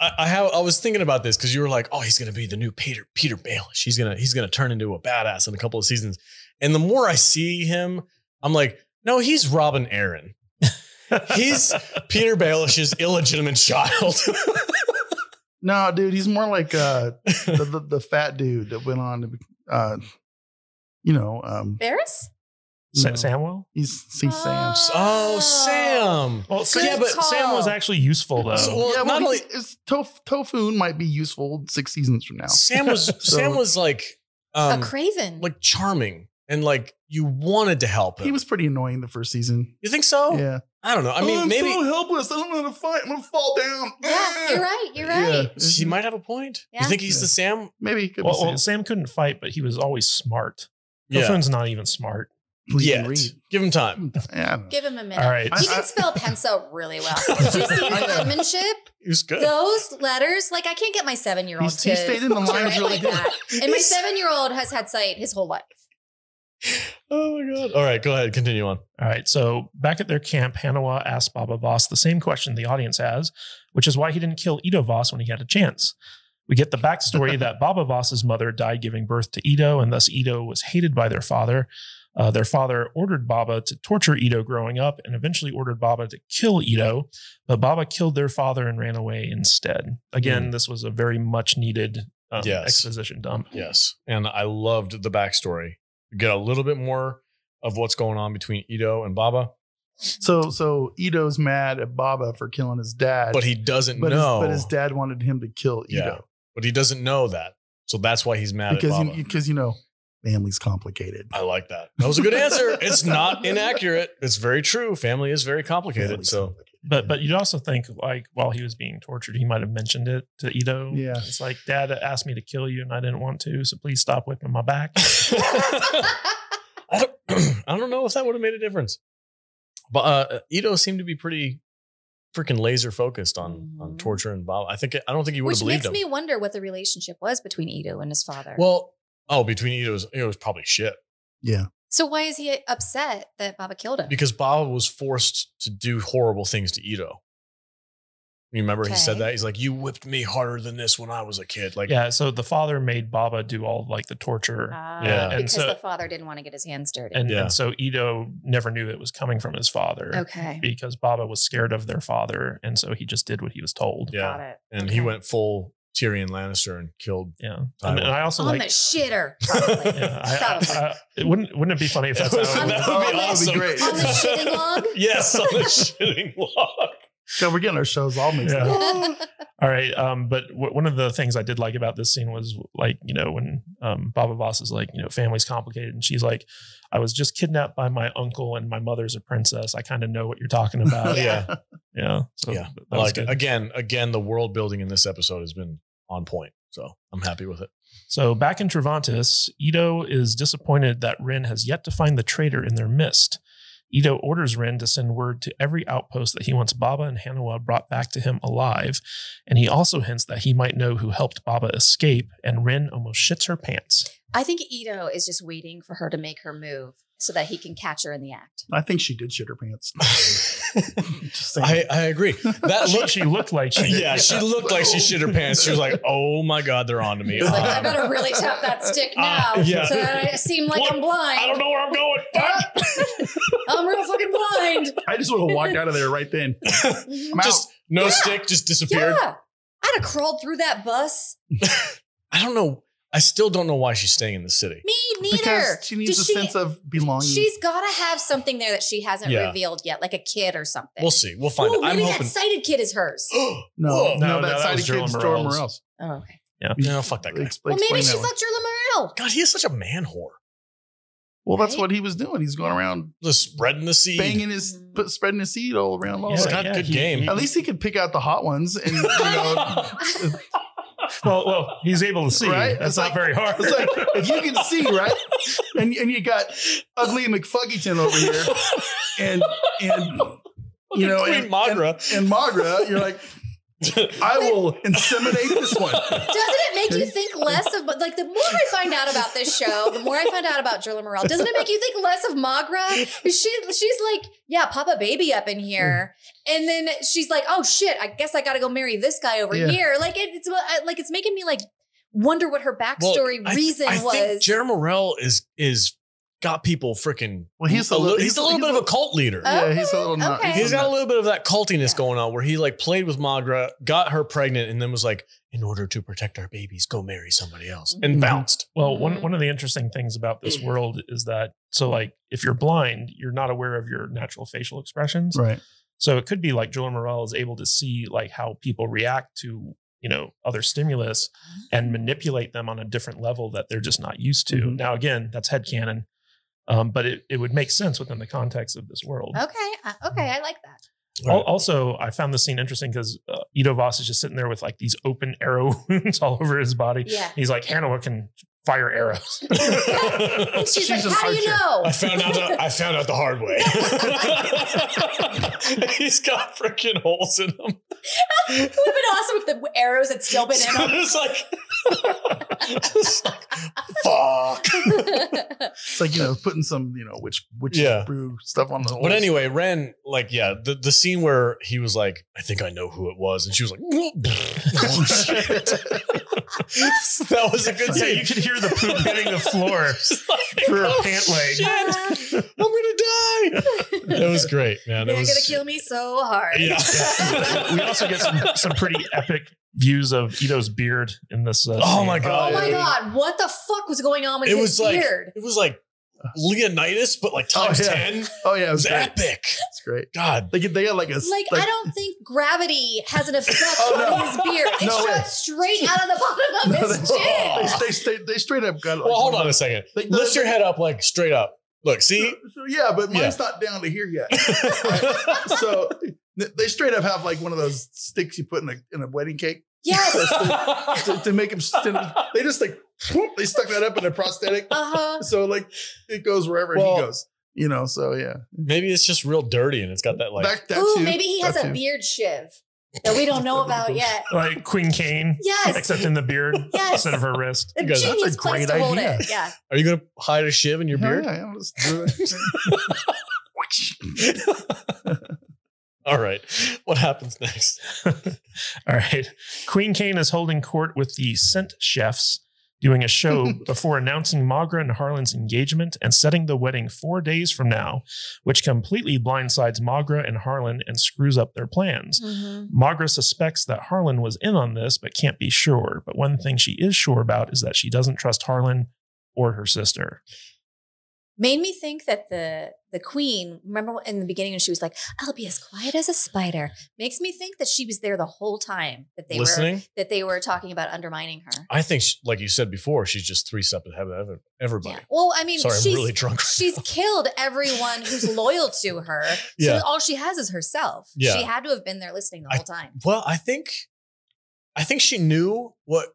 Speaker 1: I, I have I was thinking about this because you were like, oh, he's gonna be the new Peter Peter Baelish. He's gonna he's gonna turn into a badass in a couple of seasons. And the more I see him, I'm like, no, he's Robin Aaron. He's Peter Baelish's illegitimate child.
Speaker 3: No, dude, he's more like uh, the, the the fat dude that went on to, be- uh, you know, um,
Speaker 2: Embarrass?
Speaker 4: Sa-
Speaker 3: No.
Speaker 4: Samwell.
Speaker 3: he's see Sam.
Speaker 1: oh, Sam.
Speaker 4: Well, Sam,
Speaker 1: yeah, but-
Speaker 4: Sam was actually useful though.
Speaker 1: So- well,
Speaker 3: yeah,
Speaker 1: not
Speaker 3: well, he-
Speaker 1: only-
Speaker 3: it's tof- Tofun might be useful six seasons from now.
Speaker 1: Sam was Sam was like
Speaker 2: A
Speaker 1: um,
Speaker 2: craven.
Speaker 1: like charming and like you wanted to help him.
Speaker 3: He was pretty annoying the first season.
Speaker 1: you think so?
Speaker 3: Yeah,
Speaker 1: I don't know. I
Speaker 3: Oh,
Speaker 1: mean,
Speaker 3: I'm
Speaker 1: maybe
Speaker 3: so helpless. I don't know how to fight. I'm gonna fall down.
Speaker 2: yeah, you're right. You're right.
Speaker 3: Yeah.
Speaker 1: she might have a point.
Speaker 2: Yeah.
Speaker 1: You think he's the Sam?
Speaker 3: Maybe he could
Speaker 4: Well,
Speaker 3: be
Speaker 4: well,
Speaker 3: Sam.
Speaker 4: Sam couldn't fight, but he was always smart. Tofun's not even smart.
Speaker 3: Please
Speaker 1: yet.
Speaker 3: read.
Speaker 1: Give him time.
Speaker 3: Yeah, I don't know.
Speaker 2: Give him a minute.
Speaker 4: All right.
Speaker 2: He can
Speaker 3: I-
Speaker 2: spell pencil really well. Did you see his
Speaker 3: I know.
Speaker 2: penmanship?
Speaker 1: He was good.
Speaker 2: Those letters, like I can't get my seven-year-old
Speaker 3: He's-
Speaker 2: to.
Speaker 3: he stayed in the
Speaker 2: to
Speaker 3: lines
Speaker 2: write
Speaker 3: really
Speaker 2: like
Speaker 3: good.
Speaker 2: that. And my seven-year-old has had sight his whole life.
Speaker 1: Oh my god! All right, go ahead. Continue on.
Speaker 4: All right. So back at their camp, Hanawa asked Baba Voss the same question the audience has, which is why he didn't kill Ito Voss when he had a chance. We get the backstory that Baba Voss's mother died giving birth to Ito, and thus Ito was hated by their father. Uh, their father ordered Baba to torture Ito growing up and eventually ordered Baba to kill Ito, but Baba killed their father and ran away instead. Again, this was a very much needed um,
Speaker 1: Yes.
Speaker 4: exposition dump.
Speaker 1: Yes, and I loved the backstory. Get a little bit more of what's going on between Ito and Baba,
Speaker 3: So so Ito's mad at Baba for killing his dad,
Speaker 1: but he doesn't
Speaker 3: but his,
Speaker 1: know.
Speaker 3: but his dad wanted him to kill
Speaker 1: Yeah,
Speaker 3: Ito
Speaker 1: but he doesn't know that, so that's why he's mad
Speaker 3: because
Speaker 1: at
Speaker 3: you-
Speaker 1: Baba.
Speaker 3: because you know family's complicated.
Speaker 1: I like that. That was a good answer. It's not inaccurate. It's very true. Family is very complicated.
Speaker 3: Family's
Speaker 1: So
Speaker 3: complicated.
Speaker 4: But but you'd also think like while he was being tortured, he might have mentioned it to Ito.
Speaker 3: Yeah.
Speaker 4: It's like dad asked me to kill you and I didn't want to, so please stop whipping my back.
Speaker 1: I don't, I don't know if that would have made a difference. But uh, Ito seemed to be pretty freaking laser focused on on
Speaker 2: Mhm.
Speaker 1: torture and Baba. I think I don't think you would have
Speaker 2: Which
Speaker 1: believed
Speaker 2: makes
Speaker 1: him.
Speaker 2: me wonder what the relationship was between Ito and his father.
Speaker 1: Well, oh, between Ito's, it was probably shit
Speaker 3: Yeah,
Speaker 2: so why is he upset that Baba killed him?
Speaker 1: because Baba was forced to do horrible things to Ito. You remember he said
Speaker 2: Okay.
Speaker 1: that? He's like, You whipped me harder than this when I was a kid. Like,
Speaker 4: yeah. So the father made Baba do all like the torture.
Speaker 2: Ah,
Speaker 1: Yeah.
Speaker 4: And
Speaker 2: because
Speaker 4: so-
Speaker 2: the father didn't want to get his hands dirty.
Speaker 4: and,
Speaker 1: Yeah.
Speaker 4: and so Ito never knew it was coming from his father.
Speaker 2: okay.
Speaker 4: Because Baba was scared of their father, and so he just did what he was told.
Speaker 1: Yeah.
Speaker 2: Got it.
Speaker 1: and
Speaker 2: Okay.
Speaker 1: he went full Tyrion Lannister and killed.
Speaker 4: Yeah, and, and I also
Speaker 2: on
Speaker 4: like.
Speaker 2: the shitter. probably.
Speaker 4: yeah, I- I- I- it wouldn't wouldn't it be funny if that's
Speaker 1: That
Speaker 4: how
Speaker 1: would
Speaker 4: it
Speaker 1: be
Speaker 2: On
Speaker 4: was?
Speaker 2: the-
Speaker 1: awesome.
Speaker 2: on the-
Speaker 3: great.
Speaker 2: on the shitting log.
Speaker 1: Yes, on the shitting log.
Speaker 3: so we're getting our shows all mixed
Speaker 4: Yeah.
Speaker 3: up.
Speaker 4: All right. Um, but w- one of the things I did like about this scene was like, you know, when um, Baba Voss is like, you know, family's complicated. And she's like, I was just kidnapped by my uncle and my mother's a princess. I kind of know what you're talking
Speaker 1: Oh,
Speaker 4: about.
Speaker 1: Yeah.
Speaker 4: yeah. So
Speaker 1: yeah,
Speaker 4: th-
Speaker 1: I
Speaker 4: was
Speaker 1: like it.
Speaker 4: good.
Speaker 1: Again, again, the world building in this episode has been on point, so I'm happy with it.
Speaker 4: So back in Travantis, Ito is disappointed that Rin has yet to find the traitor in their midst. Ito orders Rin to send word to every outpost that he wants Baba and Hanawa brought back to him alive, and he also hints that he might know who helped Baba escape, and Rin almost shits her pants.
Speaker 2: I think Ito is just waiting for her to make her move so that he can catch her in the act.
Speaker 3: I think she did shit her pants. Just saying.
Speaker 1: I, I agree. That
Speaker 4: she,
Speaker 1: look,
Speaker 4: she looked like she did.
Speaker 1: yeah, she looked like she shit her pants. She was like, "Oh my god, they're on to me."
Speaker 2: He's like,
Speaker 1: Um,
Speaker 2: I better really tap that stick now
Speaker 1: uh, yeah.
Speaker 2: so that I seem like I'm
Speaker 1: I don't
Speaker 2: blind.
Speaker 1: know where I'm going.
Speaker 2: I'm real fucking blind.
Speaker 3: I just would have walked out of there right then.
Speaker 2: Mhm.
Speaker 3: I'm out.
Speaker 1: just no
Speaker 2: Yeah.
Speaker 1: stick, just disappeared.
Speaker 2: yeah. I have crawled through that bus?
Speaker 1: I don't know. I still don't know why she's staying in the city.
Speaker 2: Me neither.
Speaker 3: Because she needs
Speaker 2: Does
Speaker 3: a
Speaker 2: she-
Speaker 3: sense of belonging.
Speaker 2: She's got to have something there that she hasn't
Speaker 1: Yeah.
Speaker 2: revealed yet, like a kid or something.
Speaker 1: We'll see. We'll find
Speaker 2: Ooh,
Speaker 1: out. I'm
Speaker 2: maybe
Speaker 1: hoping.
Speaker 2: that sighted kid is hers.
Speaker 3: no,
Speaker 1: Whoa.
Speaker 3: no,
Speaker 4: No, no,
Speaker 3: that
Speaker 4: that
Speaker 3: side
Speaker 4: was
Speaker 3: of
Speaker 4: Jerome
Speaker 3: kid's Jordan
Speaker 4: Morales.
Speaker 3: Morales.
Speaker 2: Oh, okay.
Speaker 1: No, fuck that guy.
Speaker 3: Ex-
Speaker 2: Well, maybe
Speaker 3: explain
Speaker 2: she
Speaker 3: that one.
Speaker 2: fucked Jerla Morel.
Speaker 1: God, he is such a man whore.
Speaker 3: Well, that's
Speaker 2: Right?
Speaker 3: what he was doing. He's going around
Speaker 1: Just spreading the seed.
Speaker 3: banging his, put, spreading his seed all around. Long
Speaker 1: He's
Speaker 3: Island.
Speaker 1: got good game.
Speaker 3: At least he could pick out the hot ones, and you know,
Speaker 4: well, well, he's able to see.
Speaker 3: Right? It's
Speaker 4: That's not
Speaker 3: like-
Speaker 4: very hard.
Speaker 3: it's like if you can see right, and and you got ugly McFuggington over here, and and you know,
Speaker 1: Queen
Speaker 3: and,
Speaker 1: Magra.
Speaker 3: and Magra, you're like, I will inseminate this one.
Speaker 2: Doesn't it make you think less of, but like the more I find out about this show, the more I find out about Jerla Morel, doesn't it make you think less of Magra? She, she's like, yeah, pop a baby up in here. And then she's like, oh shit, I guess I got to go marry this guy over
Speaker 3: Yeah.
Speaker 2: here. Like it, it's I- like, it's making me like wonder what her backstory
Speaker 1: I th-
Speaker 2: reason
Speaker 1: I think
Speaker 2: was.
Speaker 1: Jerry Morrell is is got people freaking.
Speaker 3: Well, he's a
Speaker 1: a little,
Speaker 3: little-
Speaker 1: he's, a little
Speaker 3: he's
Speaker 1: bit
Speaker 3: a
Speaker 1: of a cult leader.
Speaker 2: Uh,
Speaker 3: Yeah, he's a little nut.
Speaker 2: Okay.
Speaker 1: He's got a little bit of that cultiness
Speaker 2: Yeah.
Speaker 1: going on where he like played with Magra, got her pregnant, and then was like, in order to protect our babies, go marry somebody else and
Speaker 3: Mhm.
Speaker 1: bounced.
Speaker 4: Well, one
Speaker 2: Mhm.
Speaker 4: one of the interesting things about this
Speaker 3: Mm.
Speaker 4: world is that so like if you're blind, you're not aware of your natural facial expressions.
Speaker 3: right.
Speaker 4: So it could be like Julian Morel is able to see like how people react to you know other stimulus and manipulate them on a different level that they're just not used to.
Speaker 3: Mhm.
Speaker 4: Now again, that's headcanon. Um, but it, it would make sense within the context of this world.
Speaker 2: okay. uh, okay. I like that.
Speaker 4: Al- Also, I found this scene interesting because uh, Ito Voss is just sitting there with like these open arrow wounds all over his body.
Speaker 2: Yeah.
Speaker 4: He's like, Hanoa can fire arrows.
Speaker 2: And she's,
Speaker 3: She's
Speaker 2: like,
Speaker 3: just
Speaker 2: how do you
Speaker 3: hardship.
Speaker 2: know?
Speaker 1: I found out. I found out the hard way. He's got freaking holes in him.
Speaker 2: It would have been awesome if the arrows had still been
Speaker 1: So
Speaker 2: in them.
Speaker 1: it's like, just like, fuck.
Speaker 3: It's like you know, putting some you know witch witch
Speaker 1: Uh, Yeah.
Speaker 3: brew stuff on the. holes.
Speaker 1: But anyway, Ren, like, yeah, the, the scene where he was like, I think I know who it was, and she was like, "Oh, shit." that was a good
Speaker 4: yeah,
Speaker 1: scene.
Speaker 4: you could hear the poop hitting the floor
Speaker 1: She's like,
Speaker 4: through
Speaker 1: "Oh,
Speaker 4: a pant leg.
Speaker 1: shit, I'm gonna die. That was great, man.
Speaker 2: They're
Speaker 1: it was,
Speaker 2: gonna kill me so hard.
Speaker 1: Yeah.
Speaker 4: We also get some, some pretty epic views of Ito's beard in this. Uh,
Speaker 1: Oh
Speaker 4: scene.
Speaker 1: my
Speaker 2: Oh
Speaker 1: god!
Speaker 2: my god, what the fuck was going on with
Speaker 1: It
Speaker 2: his
Speaker 1: was like
Speaker 2: beard?
Speaker 1: it was like Leonidas, but like
Speaker 3: Oh,
Speaker 1: times
Speaker 3: yeah.
Speaker 1: ten. It
Speaker 3: oh yeah, it
Speaker 1: was
Speaker 3: was great.
Speaker 1: epic.
Speaker 3: It's great.
Speaker 1: God,
Speaker 3: They get they got like a
Speaker 2: Like, I don't think gravity has an effect
Speaker 3: Oh, no.
Speaker 2: on his beard. It
Speaker 3: No
Speaker 2: shot
Speaker 3: way.
Speaker 2: straight out of the bottom of
Speaker 3: No,
Speaker 2: his
Speaker 3: they-
Speaker 2: chin.
Speaker 3: They, they, they, they straight up got. Like,
Speaker 1: Well, hold on a second.
Speaker 3: They- they-
Speaker 1: Lift your head up, like straight up. Look, see.
Speaker 3: So, yeah, but
Speaker 1: Yeah.
Speaker 3: mine's not down to here yet. so th- they straight up have like one of those sticks you put in a in a wedding cake
Speaker 2: Yes.
Speaker 3: to, to make them. They just like whoop, they stuck that up in a prosthetic,
Speaker 2: Uh huh.
Speaker 3: so like it goes wherever
Speaker 1: Well-
Speaker 3: he goes. You know, so yeah.
Speaker 1: Maybe it's just real dirty, and it's got that like.
Speaker 3: Back that
Speaker 2: Ooh,
Speaker 3: too.
Speaker 2: maybe he has
Speaker 3: That
Speaker 2: a
Speaker 3: too.
Speaker 2: beard shiv that we don't know about yet.
Speaker 4: Like Queen Kane,
Speaker 2: Yes.
Speaker 4: except in the beard
Speaker 2: Yes.
Speaker 4: instead of her wrist.
Speaker 2: A
Speaker 1: You guys- that's a
Speaker 2: genius place
Speaker 3: great
Speaker 2: to hold
Speaker 3: idea.
Speaker 2: it. Yeah.
Speaker 1: Are you gonna hide a shiv in your
Speaker 3: Hell
Speaker 1: beard?
Speaker 3: Yeah, I'll just do it.
Speaker 1: All right. What happens next?
Speaker 4: All right. Queen Kane is holding court with the scent chefs, doing a show before announcing Magra and Harlan's engagement and setting the wedding four days from now, which completely blindsides Magra and Harlan and screws up their plans. Magra suspects that Harlan was in on this, but can't be sure. But one thing she is sure about is that she doesn't trust Harlan or her sister.
Speaker 2: Made me think that the the queen, remember in the beginning when she was like, I'll be as quiet as a spider. Makes me think that she was there the whole time that they were
Speaker 1: Listening.
Speaker 2: that they were talking about undermining her.
Speaker 1: I think, she, like you said before, she's just three steps ahead of ev- everybody.
Speaker 2: Yeah. Well, I mean,
Speaker 1: Sorry, I'm
Speaker 2: she's
Speaker 1: really drunk.
Speaker 2: she's killed everyone who's loyal to her.
Speaker 1: Yeah.
Speaker 2: So all she has is herself.
Speaker 1: Yeah.
Speaker 2: She had to have been there listening the
Speaker 1: I-
Speaker 2: whole time.
Speaker 1: Well, I think, I think she knew what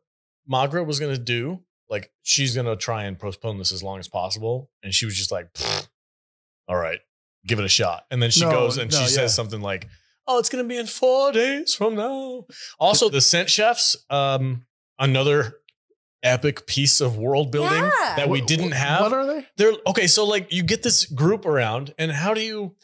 Speaker 1: Magra was gonna do. Like she's gonna try and postpone this as long as possible, and she was just like, "Pfft, "All right, give it a shot." And then she
Speaker 3: No,
Speaker 1: goes and
Speaker 3: no,
Speaker 1: she
Speaker 3: yeah.
Speaker 1: says something like, "Oh, it's gonna be in four days from now." Also, the scent chefs, um, another epic piece of world building
Speaker 2: Yeah.
Speaker 1: that we didn't have.
Speaker 3: What are they?
Speaker 1: they're okay so like you get this group around and how do you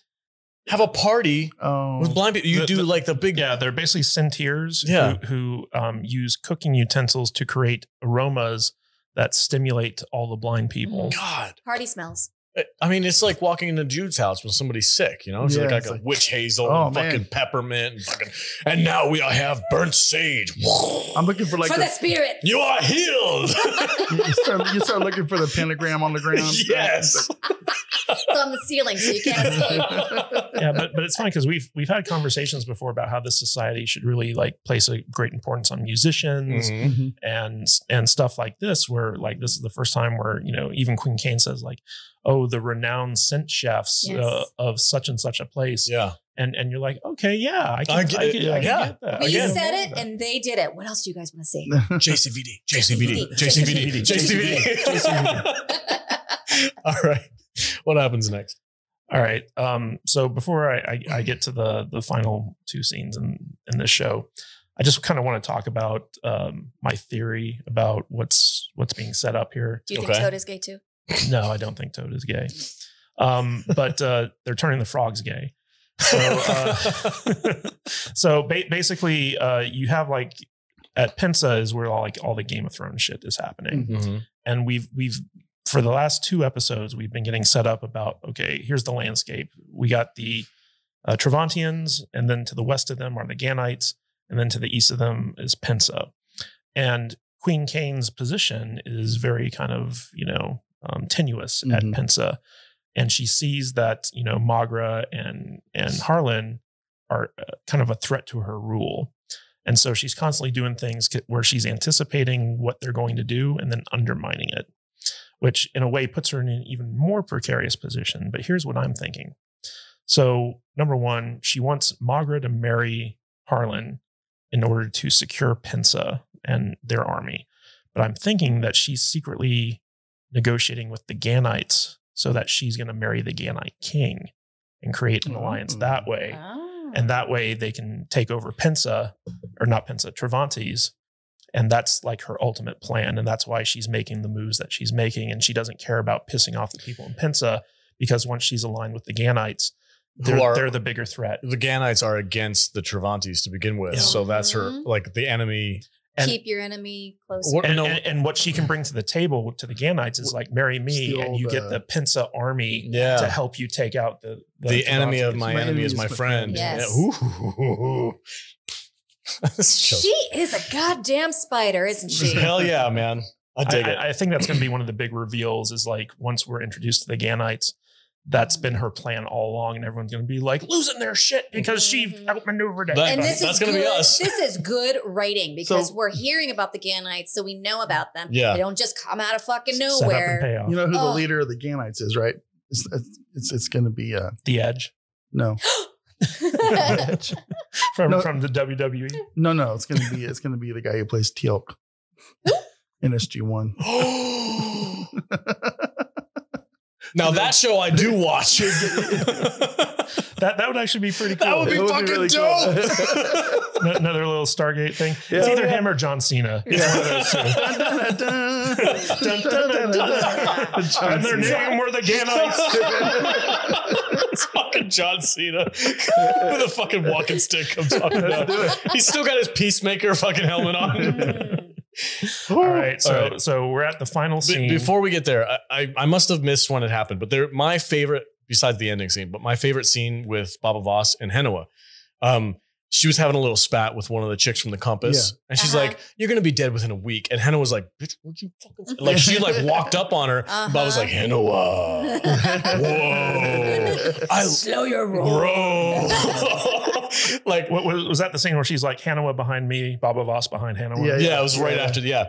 Speaker 1: have a party
Speaker 3: Oh,
Speaker 1: with blind people you
Speaker 4: The-
Speaker 1: do
Speaker 4: the-
Speaker 1: like the big
Speaker 4: Yeah, they're basically sentiers
Speaker 1: Yeah.
Speaker 4: who, who um, use cooking utensils to create aromas that stimulate all the blind people.
Speaker 2: Mhm.
Speaker 1: god
Speaker 2: Party smells.
Speaker 1: I mean, it's like walking into Jude's house when somebody's sick, you know? She's
Speaker 3: Yeah,
Speaker 1: like, I
Speaker 3: it's
Speaker 1: got
Speaker 3: like-
Speaker 1: witch hazel
Speaker 3: Oh,
Speaker 1: and fucking
Speaker 3: man.
Speaker 1: peppermint and fucking, and now we have burnt sage.
Speaker 3: I'm looking for like
Speaker 2: for
Speaker 3: the-
Speaker 2: the spirit.
Speaker 1: you are healed.
Speaker 3: you, start, you start looking for the pentagram on the ground.
Speaker 1: yes.
Speaker 2: It's on the ceiling, so you can't escape.
Speaker 4: yeah, but but it's funny because we've we've had conversations before about how this society should really like place a great importance on musicians
Speaker 1: Mhm.
Speaker 3: Mhm.
Speaker 4: and and stuff like this, where like this is the first time where you know even Queen Kane says like, oh, the renowned scent chefs
Speaker 2: Yes.
Speaker 4: uh, of such and such a place,
Speaker 1: Yeah.
Speaker 4: and and you're like, okay, yeah, I can,
Speaker 1: I
Speaker 4: I
Speaker 1: get
Speaker 4: get,
Speaker 1: it.
Speaker 4: I can
Speaker 1: Yeah.
Speaker 4: get that.
Speaker 2: But
Speaker 4: I
Speaker 2: you
Speaker 4: can
Speaker 2: said
Speaker 4: get
Speaker 2: it
Speaker 4: that.
Speaker 2: and they did it. What else do you guys want to say?
Speaker 1: JCVD, JCVD, JCVD,
Speaker 2: JCVD,
Speaker 1: JCVD, All right. What happens next?
Speaker 4: All right. Um, so before I, I, I get to the the final two scenes in in this show, I just kind of want to talk about um, my theory about what's what's being set up here.
Speaker 2: Do you
Speaker 1: Okay.
Speaker 2: think Toad is gay too?
Speaker 4: No, I don't think Toad is gay, um, but uh, they're turning the frogs gay. So, uh, so ba- basically, uh, you have like at Pensa is where all like all the Game of Thrones shit is happening
Speaker 1: Mm.
Speaker 4: and we've we've for the last two episodes we've been getting set up about okay here's the landscape we got the uh, Travantians and then to the west of them are the Ganites and then to the east of them is Pensa and Queen Kane's position is very kind of you know um, tenuous at
Speaker 3: Mhm.
Speaker 4: Pensa and she sees that you know Magra and and Harlan are uh, kind of a threat to her rule and so she's constantly doing things ca- where she's anticipating what they're going to do and then undermining it, which in a way puts her in an even more precarious position. But here's what I'm thinking. So, number one, she wants Magra to marry Harlan in order to secure Pensa and their army. But I'm thinking that she's secretly negotiating with the Ganites so that she's going to marry the Ganite king and create an alliance
Speaker 3: Mm.
Speaker 4: that way
Speaker 2: Oh.
Speaker 4: and that way they can take over Pensa, or not Pensa, Travantes, and that's like her ultimate plan, and that's why she's making the moves that she's making, and she doesn't care about pissing off the people in Pensa because once she's aligned with the Ganites, they're,
Speaker 1: Who are
Speaker 4: they're the bigger threat.
Speaker 1: the Ganites are against the Travantes to begin with,
Speaker 4: Yeah.
Speaker 1: so that's her
Speaker 2: Mhm.
Speaker 1: like the enemy.
Speaker 4: and-
Speaker 2: Keep your enemy close.
Speaker 1: What,
Speaker 4: Mm-hmm. And,
Speaker 1: no,
Speaker 4: and, and what she can bring to the table to the Ganites is like, marry me,
Speaker 3: Steal
Speaker 4: and you get
Speaker 3: the-
Speaker 4: the Pensa army
Speaker 1: yeah,
Speaker 4: to help you take out the
Speaker 1: the, enemy of
Speaker 4: Travantes.
Speaker 1: my enemy is my friend.
Speaker 2: Yes.
Speaker 1: Yeah. Ooh. This show-
Speaker 2: She is a goddamn spider, isn't she?
Speaker 1: Hell yeah, man! I
Speaker 4: I,
Speaker 1: dig it.
Speaker 4: I, I think that's going to be one of the big reveals is like once we're introduced to the Ganites, that's been her plan all along, and everyone's going to be like losing their shit because she
Speaker 2: Mhm.
Speaker 4: outmaneuvered
Speaker 1: That-
Speaker 4: everybody.
Speaker 2: And this
Speaker 1: That's
Speaker 2: is
Speaker 1: gonna be
Speaker 2: good.
Speaker 1: us.
Speaker 2: This is good writing because
Speaker 3: So-
Speaker 2: we're hearing about the Ganites, so we know about them.
Speaker 1: Yeah.
Speaker 2: They don't just come out of fucking
Speaker 4: Set up and
Speaker 2: nowhere.
Speaker 4: payoff.
Speaker 3: You know who
Speaker 2: Oh.
Speaker 3: the leader of the Ganites is, right? It's it's it's, it's going to be uh
Speaker 4: the Edge
Speaker 3: no
Speaker 4: from
Speaker 3: No.
Speaker 4: from the E. WWE.
Speaker 3: no no it's going to be it's going to be the guy who plays Teal'c in SG One.
Speaker 1: now that show I do watch.
Speaker 4: That that would actually be pretty cool.
Speaker 1: That would be
Speaker 3: It would be
Speaker 1: fucking
Speaker 3: really
Speaker 1: dope.
Speaker 3: cool.
Speaker 4: An- Another little Stargate thing.
Speaker 3: Yeah.
Speaker 4: It's either
Speaker 1: Yeah.
Speaker 4: him or John Cena. It's
Speaker 1: Yeah.
Speaker 4: one of those two. And their name were the Ganites.
Speaker 1: it's fucking John Cena with a fucking walking stick. I'm talking
Speaker 3: Let's
Speaker 1: about.
Speaker 3: do it.
Speaker 1: He's still got his peacemaker fucking helmet on.
Speaker 2: Mm.
Speaker 4: All right, so
Speaker 1: All right.
Speaker 4: so we're at the final
Speaker 1: Be-
Speaker 4: scene.
Speaker 1: before we get there, I, I I must have missed when it happened, but they're my favorite besides the ending scene. But my favorite scene with Baba Voss and Henoa. Um, she was having a little spat with one of the chicks from the Compass, and she's
Speaker 2: Uh-huh.
Speaker 1: like, "You're gonna be dead within a week." And Henoa was like, "Bitch, would you fucking like?" She like walked up on her. Baba was
Speaker 2: Uh-huh.
Speaker 1: like, "Henoa." Whoa. I
Speaker 2: Slow your roll.
Speaker 1: bro. like,
Speaker 4: What, was, was that the scene where she's like Hanawa behind me, Baba Voss behind Hanawa?
Speaker 3: Yeah,
Speaker 1: yeah, it was right
Speaker 3: yeah.
Speaker 1: after. the- Yeah,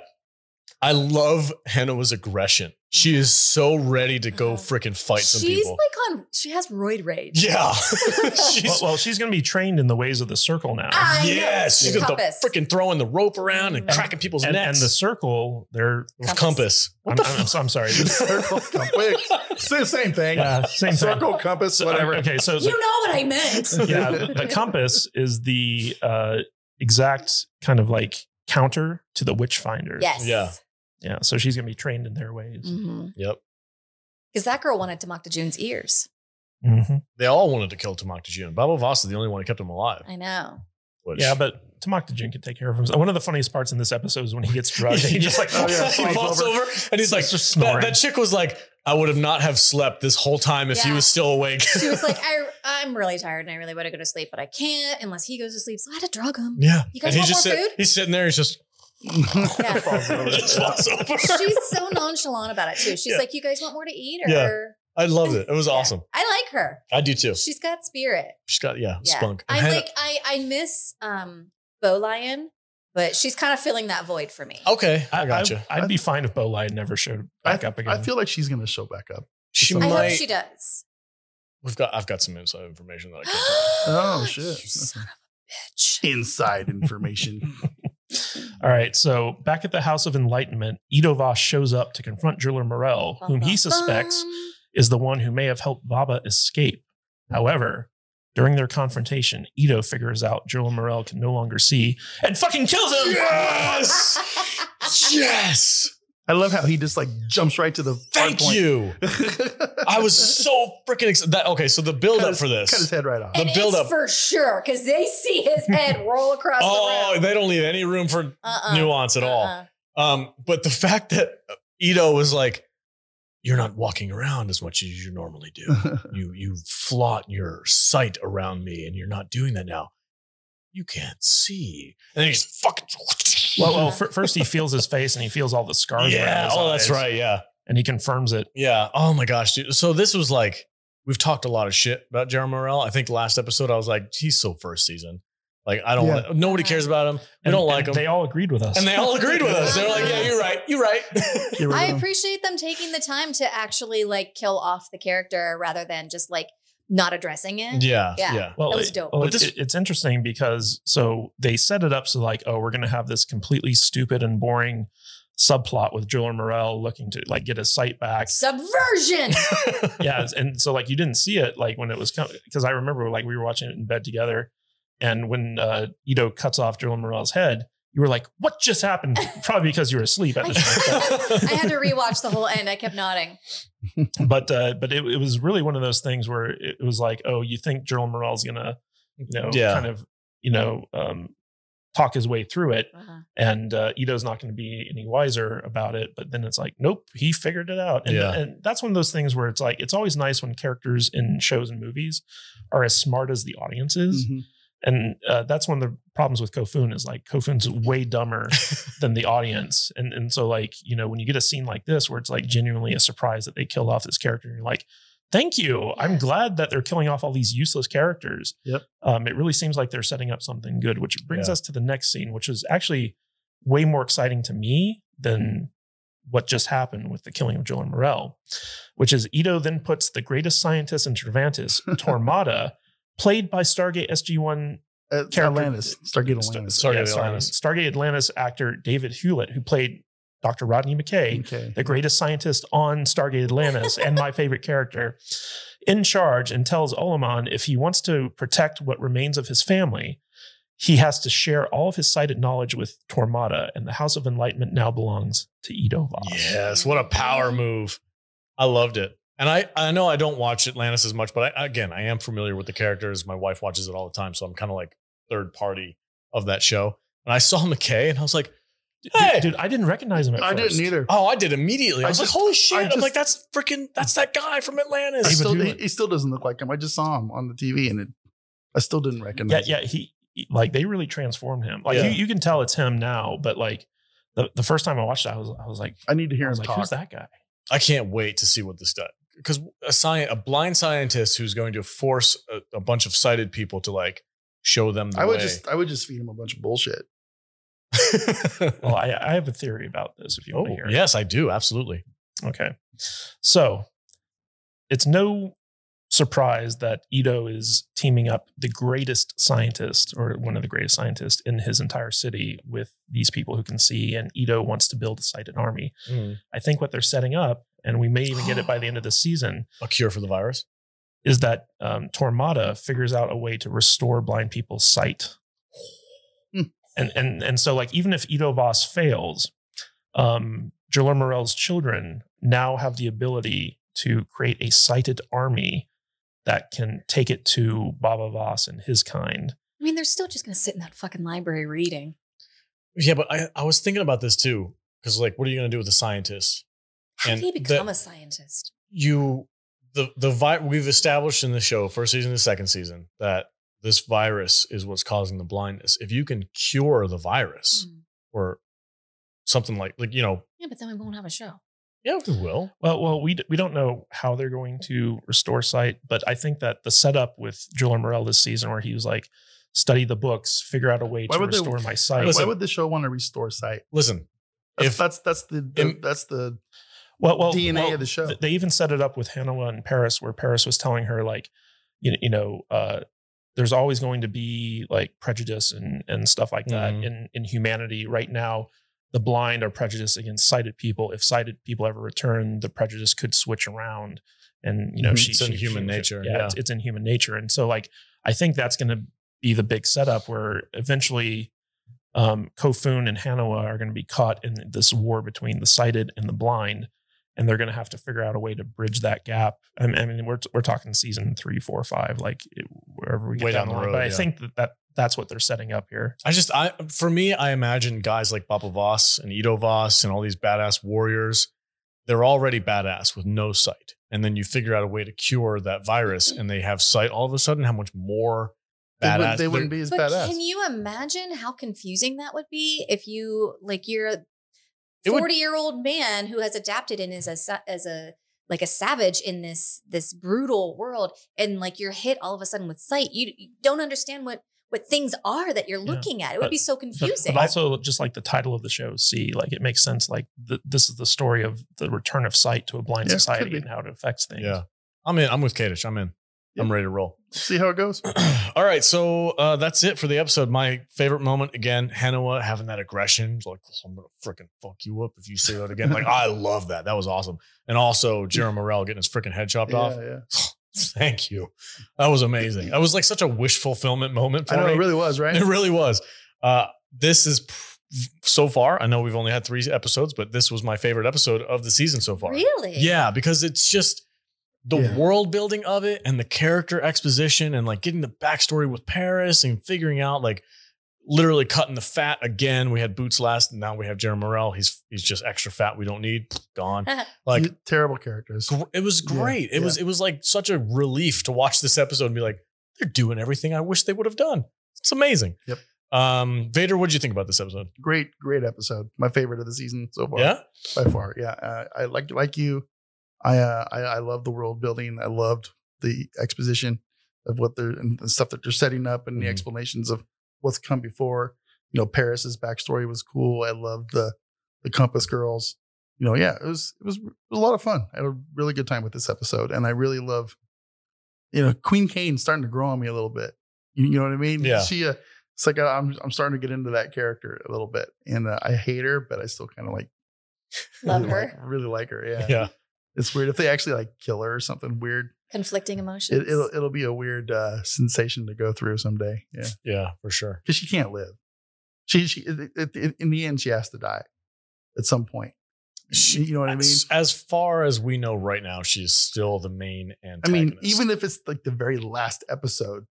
Speaker 1: I love Hannah's aggression. She is so ready to go freaking fight some
Speaker 2: Uh-huh. She's
Speaker 1: people.
Speaker 2: like on. She has roid rage.
Speaker 1: yeah,
Speaker 4: Well,
Speaker 1: she's Ah,
Speaker 4: well, she's going to be trained in the ways of the circle now.
Speaker 2: I know.
Speaker 1: yes, she's
Speaker 2: The
Speaker 1: got the
Speaker 2: compass. Mm-hmm.
Speaker 1: freaking throwing the rope around and
Speaker 2: And-
Speaker 1: cracking people's
Speaker 4: and, and
Speaker 1: necks.
Speaker 4: the circle, they're.
Speaker 1: compass.
Speaker 4: I'm,
Speaker 1: What the
Speaker 4: I'm- I'm,
Speaker 1: fuck?
Speaker 4: so- I'm sorry.
Speaker 3: Circle compass. Same, same thing.
Speaker 4: Yeah, same thing.
Speaker 3: Circle compass,
Speaker 4: So, um,
Speaker 3: whatever.
Speaker 4: Okay, so
Speaker 2: You know what I meant.
Speaker 4: yeah, the, the compass is the uh, exact kind of like counter to the witch finders.
Speaker 2: Yes.
Speaker 1: Yeah.
Speaker 4: Yeah. So she's going to be trained in their ways.
Speaker 2: Because
Speaker 1: Yep,
Speaker 2: that girl wanted to mock to June's ears.
Speaker 4: Mhm.
Speaker 1: they all wanted to kill Tamakta and Baba Voss is the only one who kept him alive.
Speaker 2: I know.
Speaker 1: which-
Speaker 4: Yeah, but Tamakta Jin can take care of himself. One of the funniest parts in this episode is when he gets drugged. and he just like,
Speaker 3: Oh, yeah.
Speaker 1: he falls
Speaker 3: falls
Speaker 1: over and he's like,
Speaker 4: It's just
Speaker 1: that,
Speaker 4: snoring.
Speaker 1: that chick was like, I would have not have slept this whole time if he
Speaker 2: Yeah.
Speaker 1: was still awake.
Speaker 2: She was like, I, I'm really tired and I really want to go to sleep, but I can't unless he goes to sleep. So I had to drug him.
Speaker 1: yeah.
Speaker 2: You guys
Speaker 1: and he's
Speaker 2: want
Speaker 1: just
Speaker 2: more
Speaker 1: sit-
Speaker 2: food?
Speaker 1: he's sitting there. He's just,
Speaker 2: Yeah.
Speaker 3: Falls over.
Speaker 1: just falls over.
Speaker 2: She's so nonchalant about it too. She's
Speaker 1: Yeah.
Speaker 2: like, "You guys want more to eat?" Or
Speaker 1: Yeah. I loved it. It was
Speaker 2: Yeah.
Speaker 1: awesome.
Speaker 2: I like her.
Speaker 1: I do too.
Speaker 2: She's got spirit.
Speaker 1: She's got yeah,
Speaker 2: Yeah.
Speaker 1: spunk. And
Speaker 2: I
Speaker 1: Hannah-
Speaker 2: like. I I miss um Bow Lion, but she's kind of filling that void for me.
Speaker 1: okay, I, gotcha.
Speaker 4: I, would be fine if Bo Light never showed
Speaker 3: I,
Speaker 4: back up again.
Speaker 3: I feel like she's gonna show back up.
Speaker 1: she
Speaker 3: I
Speaker 2: I
Speaker 1: might.
Speaker 2: hope she does.
Speaker 1: we've got. I've got some inside information that I can't.
Speaker 2: oh
Speaker 3: shit.
Speaker 2: You son of a bitch!
Speaker 3: Inside information.
Speaker 4: All right, so back at the House of Enlightenment, Edovash shows up to confront Driller Morel, whom he suspects
Speaker 2: Bum.
Speaker 4: is the one who may have helped Baba escape. However, during their confrontation, Ito figures out Driller Morel can no longer see and fucking kills him.
Speaker 1: Yes, yes.
Speaker 3: I love how he just like jumps right to the
Speaker 1: Thank you. I was so freaking excited. That okay? So the build
Speaker 3: Cut
Speaker 1: up
Speaker 3: his-
Speaker 1: for
Speaker 3: Cut his
Speaker 1: this.
Speaker 3: head right off.
Speaker 1: The
Speaker 2: and
Speaker 1: buildup.
Speaker 2: it's for sure because they see his head roll across the
Speaker 1: Oh,
Speaker 2: room.
Speaker 1: they don't leave any room for
Speaker 2: uh-uh.
Speaker 1: nuance at all.
Speaker 2: Uh-uh.
Speaker 1: Um, but the fact that uh, Ito was like, "You're not walking around as much as you normally do. You you flaunt your sight around me, and you're not doing that now. You can't see." And then he's fucking.
Speaker 4: Well, well f- first he feels his face and he feels all the scars. around
Speaker 1: yeah.
Speaker 4: his
Speaker 1: Oh, that's
Speaker 4: eyes,
Speaker 1: right. Yeah.
Speaker 4: And he confirms it.
Speaker 1: Yeah. Oh my gosh, dude. So this was like we've talked a lot of shit about Jeremy Morel. I think last episode I was like, he's so first season. Like I don't
Speaker 3: Yeah.
Speaker 1: want nobody cares about him. We
Speaker 4: And-
Speaker 1: don't
Speaker 4: and
Speaker 1: like him.
Speaker 4: They all agreed with us.
Speaker 1: and they all agreed with us. They're like, yeah, you're right. You're right.
Speaker 3: Get rid
Speaker 2: I
Speaker 3: of him.
Speaker 2: appreciate them taking the time to actually like kill off the character rather than just like not addressing it.
Speaker 1: yeah.
Speaker 2: Yeah.
Speaker 1: Yeah.
Speaker 4: well,
Speaker 2: That was
Speaker 4: it-
Speaker 2: dope.
Speaker 4: well,
Speaker 1: But
Speaker 4: it-
Speaker 1: this-
Speaker 4: it- it's interesting because so they set it up so like, oh, we're gonna have this completely stupid and boring subplot with Driller Morel looking to like get his sight back.
Speaker 2: Subversion.
Speaker 4: yeah and so like you didn't see it like when it was coming because i remember like we were watching it in bed together and when uh ito cuts off Dylan morel's head you were like what just happened probably because you were asleep at the time
Speaker 2: I had to rewatch the whole end. I kept nodding.
Speaker 4: but uh but it, it was really one of those things where it was like oh you think Dylan morel's gonna you know
Speaker 1: Yeah.
Speaker 4: kind of you know um talk his way through it
Speaker 2: Uh-huh.
Speaker 4: and uh, Ito's not going to be any wiser about it. But then it's like, nope, he figured it out. And,
Speaker 1: Yeah.
Speaker 4: and that's one of those things where it's like, it's always nice when characters in shows and movies are as smart as the audience is.
Speaker 3: Mhm.
Speaker 4: And uh, that's one of the problems with Kofun is like Kofun's way dumber than the audience. And and so like, you know, when you get a scene like this where it's like genuinely a surprise that they killed off this character, and you're like, thank you. I'm
Speaker 2: Yeah.
Speaker 4: glad that they're killing off all these useless characters.
Speaker 3: Yep.
Speaker 4: Um, it really seems like they're setting up something good, which brings
Speaker 1: Yeah.
Speaker 4: us to the next scene, which is actually way more exciting to me than what just happened with the killing of Joel and Morel, which is Ito then puts the greatest scientist in Cervantes, Tormata, played by Stargate SG-1
Speaker 3: Uh,
Speaker 4: Character-
Speaker 3: Atlantis. Start getting
Speaker 4: Star-
Speaker 3: Atlantis.
Speaker 1: Stargate
Speaker 4: yeah, sorry,
Speaker 1: Atlantis.
Speaker 4: Stargate Atlantis actor David Hewlett, who played Dr. Rodney McKay,
Speaker 3: Okay.
Speaker 4: the greatest scientist on Stargate Atlantis and my favorite character, in charge and tells Olamon if he wants to protect what remains of his family, he has to share all of his sighted knowledge with Tormata, and the House of Enlightenment now belongs to Edo Voss.
Speaker 1: Yes, what a power move. I loved it. And I, I know I don't watch Atlantis as much, but I, again, I am familiar with the characters. My wife watches it all the time. So I'm kind of like third party of that show. And I saw McKay and I was like,
Speaker 4: Dude,
Speaker 1: Hey!
Speaker 4: dude, I didn't recognize him at
Speaker 3: I
Speaker 4: first.
Speaker 3: didn't either.
Speaker 1: oh, I did immediately. I
Speaker 3: I
Speaker 1: was
Speaker 3: just-
Speaker 1: like, holy
Speaker 3: I
Speaker 1: shit.
Speaker 3: just-
Speaker 1: I'm like, that's freaking, that's that guy from
Speaker 3: I
Speaker 1: Atlantis.
Speaker 4: David
Speaker 3: still, he,
Speaker 4: Hewlett.
Speaker 3: he still doesn't look like him. I just saw him on the TV and it, I still didn't
Speaker 4: Yeah,
Speaker 3: recognize
Speaker 4: yeah, he like they really transformed him. Like
Speaker 1: Yeah.
Speaker 4: you, you can tell it's him now, but like the, the first time I watched it, I was I was like,
Speaker 3: him. I need to hear
Speaker 4: I
Speaker 3: him
Speaker 4: was like,
Speaker 3: talk.
Speaker 4: who's that guy?
Speaker 1: I can't wait to see what this does. Because a science, a blind scientist who's going to force a, a bunch of sighted people to like show them the
Speaker 3: I would
Speaker 1: way.
Speaker 3: just Oh, I would just feed him a bunch of bullshit.
Speaker 4: Well, I, I have a theory about this. If you want to
Speaker 1: oh,
Speaker 4: hear, it.
Speaker 1: yes, I do. Absolutely.
Speaker 4: Okay. So it's no surprise that Ito is teaming up the greatest scientist or one of the greatest scientists in his entire city with these people who can see. And Ito wants to build a sighted army.
Speaker 3: Hmm.
Speaker 4: I think what they're setting up, and we may even get it by the end of the season,
Speaker 1: A cure for the virus.
Speaker 4: is that um, Tormata figures out a way to restore blind people's sight.
Speaker 3: Hmm.
Speaker 4: And, and, and so, like, even if Ito Voss fails, um, Driller Morel's children now have the ability to create a sighted army that can take it to Baba Voss and his kind.
Speaker 2: I mean, they're still just gonna sit in that fucking library reading.
Speaker 1: Yeah, but I, I was thinking about this too. Because like, what are you going to do with a scientist?
Speaker 2: How
Speaker 1: And
Speaker 2: do you
Speaker 1: the-
Speaker 2: become a scientist?
Speaker 1: you the the vi- we've established in the show first season and second season that this virus is what's causing the blindness. If you can cure the virus
Speaker 2: Mm.
Speaker 1: or something like like you know
Speaker 2: Yeah, but then we won't have a show.
Speaker 1: yeah we will
Speaker 4: Well, well, we d- we don't know how they're going to restore sight, but I think that the setup with Joel Morel this season, where he was like, study the books, figure out a way
Speaker 3: Why
Speaker 4: to
Speaker 3: would they-
Speaker 4: restore my
Speaker 3: Why-
Speaker 4: sight.
Speaker 1: Listen.
Speaker 3: Why would the show want to restore sight?
Speaker 1: listen
Speaker 3: That's,
Speaker 1: If-
Speaker 3: that's that's the, the-
Speaker 1: Im-
Speaker 3: that's the
Speaker 4: well, well,
Speaker 3: DNA
Speaker 4: well,
Speaker 3: of the show.
Speaker 4: th- they even set it up with Hannah and Paris, where Paris was telling her like, you, you know, uh, there's always going to be like prejudice and and stuff like that
Speaker 1: Mhm.
Speaker 4: in in humanity. Right now, the blind are prejudiced against sighted people. If sighted people ever return, the prejudice could switch around. And you know,
Speaker 3: Mhm.
Speaker 1: Mm-hmm.
Speaker 4: she,
Speaker 1: It's in
Speaker 4: she-
Speaker 1: human
Speaker 4: she-
Speaker 1: nature,
Speaker 4: Yeah,
Speaker 1: yeah.
Speaker 4: It's, it's in human nature, and so like I think that's going to be the big setup where eventually. Um, Kofun and Hanawa are going to be caught in this war between the sighted and the blind, and they're going to have to figure out a way to bridge that gap. I mean, I mean, we're we're talking season three, four, five, like it, wherever we get
Speaker 1: Way
Speaker 4: down,
Speaker 1: down
Speaker 4: the
Speaker 1: the
Speaker 4: line.
Speaker 1: road,
Speaker 4: but I
Speaker 1: yeah.
Speaker 4: think that, that that's what they're setting up here.
Speaker 1: I just I for me I imagine guys like Baba Voss and Ito Voss and all these badass warriors they're already badass with no sight and then you figure out a way to cure that virus and they have sight all of a sudden how much more
Speaker 3: They wouldn't-
Speaker 1: badass
Speaker 3: They wouldn't be as
Speaker 2: But
Speaker 3: badass.
Speaker 2: can you imagine how confusing that would be if you like you're a
Speaker 1: It would-
Speaker 2: forty-year-old man who has adapted and is a sa- as a like a savage in this this brutal world, and like you're hit all of a sudden with sight. You, you don't understand what what things are that you're
Speaker 4: Yeah.
Speaker 2: looking at. It would
Speaker 4: But-
Speaker 2: be so
Speaker 4: But,
Speaker 2: confusing.
Speaker 4: but also, just like the title of the show, see, like it makes sense. Like th- this is the story of the return of sight to a blind
Speaker 3: Yeah, could
Speaker 4: society
Speaker 3: be.
Speaker 4: and how it affects things.
Speaker 1: yeah I'm in I'm with Kadish I'm in I'm ready to roll
Speaker 3: See how it goes.
Speaker 1: all right so uh, that's it for the episode my favorite moment again Henoa having that aggression like I'm gonna freaking fuck you up if you say that again like I love that that was awesome and also Jeremy Morrell getting his freaking head chopped off
Speaker 3: Yeah, yeah.
Speaker 1: Thank you. That was amazing. That was like such a wish fulfillment moment for
Speaker 3: I know
Speaker 1: me.
Speaker 3: it really was right.
Speaker 1: It really was. Uh, this is pr- so far. I know we've only had three episodes, but this was my favorite episode of the season so far.
Speaker 2: really?
Speaker 1: Yeah, because it's just the
Speaker 3: Yeah.
Speaker 1: world building of it and the character exposition and like getting the backstory with Paris and figuring out like literally cutting the fat again. We had Boots last, and now we have Jeremy Morrell. He's he's just extra fat. We don't need gone. Like
Speaker 3: terrible characters.
Speaker 1: gr- it was
Speaker 3: Mm. Yeah,
Speaker 1: great. it was it was like such a relief to watch this episode and be like, they're doing everything I wish they would have done. It's amazing.
Speaker 3: Yep.
Speaker 1: Um, Vader, what did you think about this episode?
Speaker 3: Great, great episode. My favorite of the season so far.
Speaker 1: yeah,
Speaker 3: by far. Yeah, uh, I like like you. I, uh, I I love the world building. I loved the exposition of what they're and the stuff that they're setting up and
Speaker 1: Mhm.
Speaker 3: the explanations of what's come before. You know, Paris's backstory was cool. I loved the the Compass Girls. You know, yeah, it was it was, it was a lot of fun. I had a really good time with this episode, and I really love, you know, Queen Kane's starting to grow on me a little bit. You, you know what I mean?
Speaker 1: Yeah.
Speaker 3: She, uh, it's like uh, I'm I'm starting to get into that character a little bit, and uh, I hate her, but I still kind of like
Speaker 2: Love
Speaker 3: really like-
Speaker 2: her.
Speaker 3: really like her. Yeah.
Speaker 1: yeah.
Speaker 3: It's weird if they actually like kill her or something weird.
Speaker 2: Conflicting emotions.
Speaker 3: It, it'll it'll be a weird uh, sensation to go through someday. Yeah,
Speaker 1: Yeah, for sure.
Speaker 3: because she can't live. She she it, it, it- in the end she has to die at some point.
Speaker 1: She-
Speaker 3: you know what I mean?
Speaker 1: As, as far as we know right now, she's still the main
Speaker 3: I
Speaker 1: antagonist.
Speaker 3: mean, even if it's like the very last episode,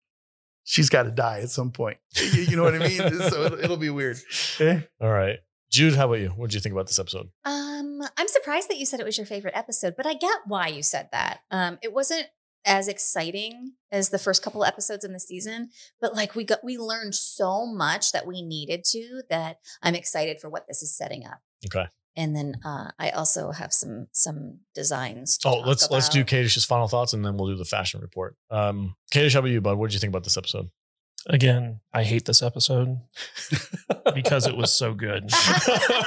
Speaker 3: she's got to die at some point. You, you know what I mean? so it'll, it'll be weird.
Speaker 1: all right. Jude, how about you? What did you think about this episode?
Speaker 2: Um, I'm surprised that you said it was your favorite episode, but I get why you said that. Um, it wasn't as exciting as the first couple episodes in the season, but like we got we learned so much that we needed to that I'm excited for what this is setting up.
Speaker 1: Okay.
Speaker 2: And then uh, I also have some some designs. To
Speaker 1: Oh,
Speaker 2: talk
Speaker 1: let's let's do
Speaker 2: about.
Speaker 1: Kadish's final thoughts and then we'll do the fashion report. Um, Kadish, how about you, bud? What did you think about this episode?
Speaker 4: Again, I hate this episode because it was so good.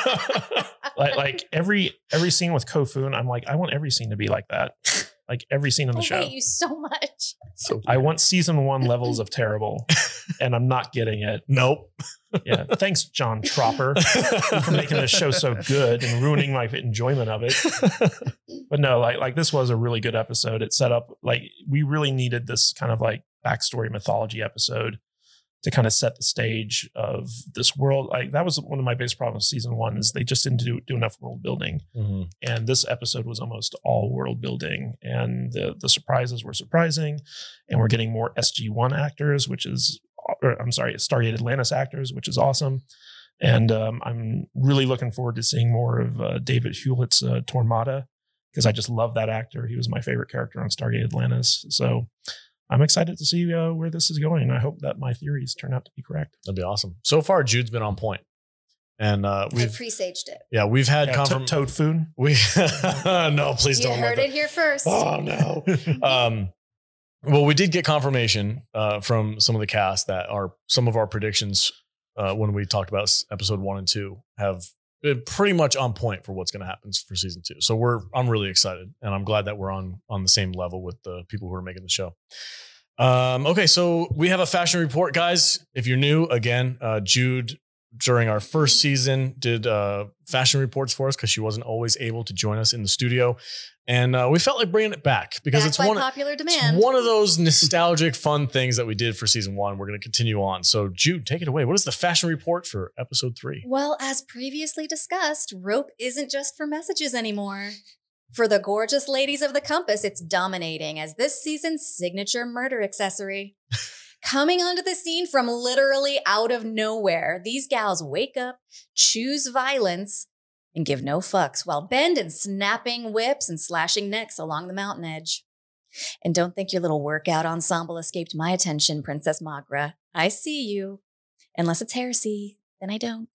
Speaker 4: like, like every every scene with Kofun, I'm like, I want every scene to be like that. Like every scene in
Speaker 2: I
Speaker 4: the show.
Speaker 2: hate you so much.
Speaker 3: So
Speaker 4: I want season one levels of terrible, and I'm not getting it.
Speaker 1: Nope.
Speaker 4: Yeah. Thanks, John Tropper, for making this show so good and ruining my enjoyment of it.
Speaker 1: Mm-hmm.
Speaker 4: But no, like like this was a really good episode. It set up like we really needed this kind of like backstory mythology episode to kind of set the stage of this world. Like that was one of my biggest problems with season one is they just didn't do, do enough world building
Speaker 1: Mhm.
Speaker 4: and this episode was almost all world building and the the surprises were surprising and we're getting more SG1 actors which is or I'm sorry Stargate Atlantis actors which is awesome and um, I'm really looking forward to seeing more of uh, David Hewlett's uh, Tormata because I just love that actor. He was my favorite character on Stargate Atlantis. So I'm excited to see uh, where this is going. I hope that my theories turn out to be correct.
Speaker 1: That'd be awesome. So far, Jude's been on point, and uh,
Speaker 2: I
Speaker 1: we've
Speaker 2: presaged it.
Speaker 1: yeah we've had
Speaker 4: Yeah,
Speaker 1: confirm-
Speaker 4: to- toad food.
Speaker 1: we no please
Speaker 2: You
Speaker 1: don't let
Speaker 2: heard
Speaker 1: that-
Speaker 2: it here first.
Speaker 1: Oh no. um, well, we did get confirmation uh, from some of the cast that our some of our predictions uh, when we talked about s- episode one and two have been pretty much on point for what's going to happen for season two. So we're I'm really excited, and I'm glad that we're on on the same level with the people who are making the show. Um, okay, so we have a fashion report, guys. If you're new, again, uh, Jude during our first season did uh, fashion reports for us because she wasn't always able to join us in the studio, and uh, we felt like bringing it back because
Speaker 2: Back
Speaker 1: it's
Speaker 2: by
Speaker 1: one.
Speaker 2: popular
Speaker 1: it's
Speaker 2: demand.
Speaker 1: one of those nostalgic, fun things that we did for season one. We're going to continue on. So, Jude, take it away. What is the fashion report for episode three?
Speaker 2: Well, as previously discussed, rope isn't just for messages anymore. For the gorgeous ladies of the compass, it's dominating as this season's signature murder accessory. Coming onto the scene from literally out of nowhere, these gals wake up, choose violence, and give no fucks while bend and snapping whips and slashing necks along the mountain edge. And don't think your little workout ensemble escaped my attention, Princess Magra. I see you. Unless it's heresy, then I don't.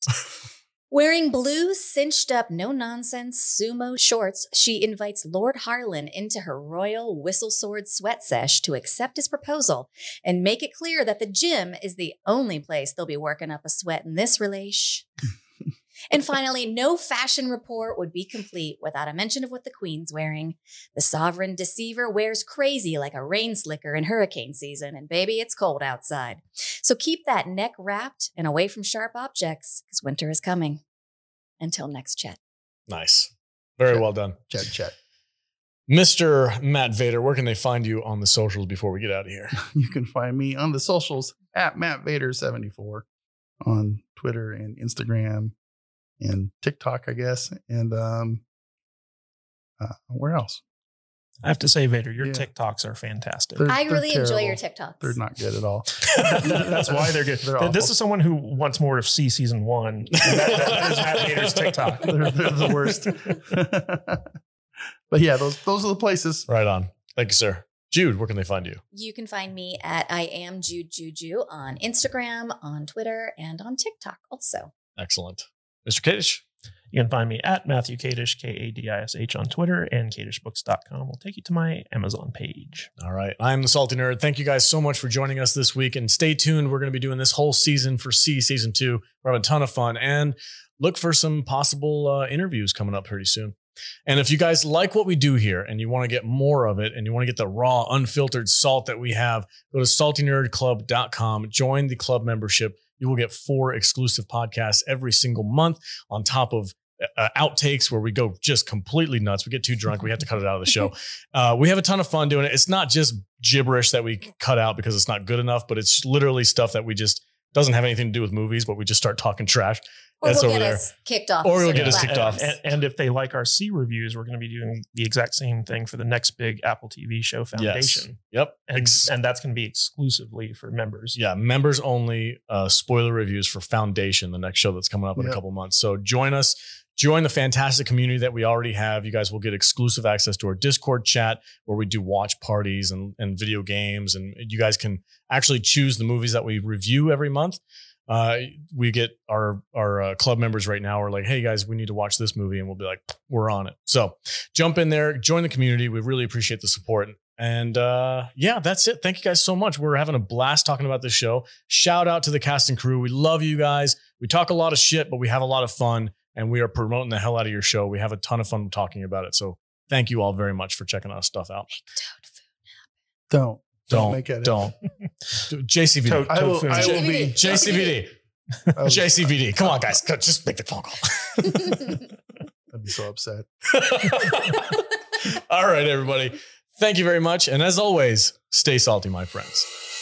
Speaker 2: Wearing blue, cinched up, no nonsense sumo shorts, she invites Lord Harlan into her royal whistle sword sweat sesh to accept his proposal and make it clear that the gym is the only place they'll be working up a sweat in this relation. and finally, no fashion report would be complete without a mention of what the queen's wearing. The sovereign deceiver wears crazy like a rain slicker in hurricane season, and baby, it's cold outside. So keep that neck wrapped and away from sharp objects because winter is coming. Until next chat.
Speaker 1: Nice. Very
Speaker 3: Sure.
Speaker 1: well done.
Speaker 3: Chat, chat.
Speaker 1: Mr. Matt Vader, where can they find you on the socials before we get out of here?
Speaker 3: You can find me on the socials at Matt Vader 74 on Twitter and Instagram and TikTok, I guess. And um, uh, where else?
Speaker 4: I have to say, Vader, your
Speaker 3: Yeah.
Speaker 4: TikToks are fantastic.
Speaker 3: They're-
Speaker 2: I
Speaker 3: they're
Speaker 2: really enjoy your
Speaker 3: terrible.
Speaker 2: TikToks.
Speaker 3: They're not good at all.
Speaker 4: That's why they're good.
Speaker 3: They're
Speaker 4: Th- this
Speaker 3: awful.
Speaker 4: is someone who wants more of C season one. And that- that is Matt Vader's TikTok.
Speaker 3: they're, they're the worst. but yeah, those those are the places.
Speaker 1: Right on. Thank you, sir. Jude, where can they find you?
Speaker 2: You can find me at I am Jude Juju on Instagram, on Twitter, and on TikTok also.
Speaker 1: Excellent. Mr. Kadish.
Speaker 4: You can find me at Matthew Kadish, K A D I S H, on Twitter, and KadishBooks.com will take you to my Amazon page.
Speaker 1: All right. I'm the Salty Nerd. Thank you guys so much for joining us this week. And stay tuned. We're going to be doing this whole season for C season two. We're having a ton of fun. And look for some possible uh, interviews coming up pretty soon. And if you guys like what we do here and you want to get more of it and you want to get the raw, unfiltered salt that we have, go to saltynerdclub.com, join the club membership. You will get four exclusive podcasts every single month on top of uh, outtakes where we go just completely nuts. We get too drunk. We have to cut it out of the show. Uh, we have a ton of fun doing it. It's not just gibberish that we cut out because it's not good enough, but it's literally stuff that we just doesn't have anything to do with movies, but we just start talking trash.
Speaker 2: Or
Speaker 1: That's
Speaker 2: we'll
Speaker 1: over
Speaker 2: get
Speaker 1: there.
Speaker 2: us kicked off.
Speaker 1: Or we'll
Speaker 2: certain
Speaker 1: get us kicked
Speaker 4: And-
Speaker 1: off.
Speaker 2: platforms.
Speaker 4: And, and if they like our C reviews, we're going to be doing the exact same thing for the next big Apple TV show foundation.
Speaker 1: Yes. Yep.
Speaker 4: And,
Speaker 1: Ex-
Speaker 4: and that's going to be exclusively for members.
Speaker 1: yeah, members only uh, spoiler reviews for Foundation, the next show that's coming up in a
Speaker 3: Yep.
Speaker 1: couple months. So join us. Join the fantastic community that we already have. You guys will get exclusive access to our Discord chat where we do watch parties and, and video games. And you guys can actually choose the movies that we review every month. Uh, we get our our uh, club members right now are like, hey guys, we need to watch this movie, and we'll be like, we're on it. So jump in there, join the community. We really appreciate the support. And uh, yeah, that's it. Thank you guys so much. We're having a blast talking about this show. Shout out to the cast and crew. We love you guys. We talk a lot of shit, but we have a lot of fun and we are promoting the hell out of your show. We have a ton of fun talking about it. So thank you all very much for checking our stuff out.
Speaker 3: Don't
Speaker 1: Don't,
Speaker 3: make it.
Speaker 1: Don't. JCVD.
Speaker 4: Toad-
Speaker 3: I will.
Speaker 4: Tofu.
Speaker 3: I will be.
Speaker 1: JCVD.
Speaker 2: JCVD.
Speaker 3: I was-
Speaker 1: JCVD. Come on, guys. Go- Just make the phone call.
Speaker 3: I'd be so upset.
Speaker 1: all right, everybody. Thank you very much. And as always, stay salty, my friends.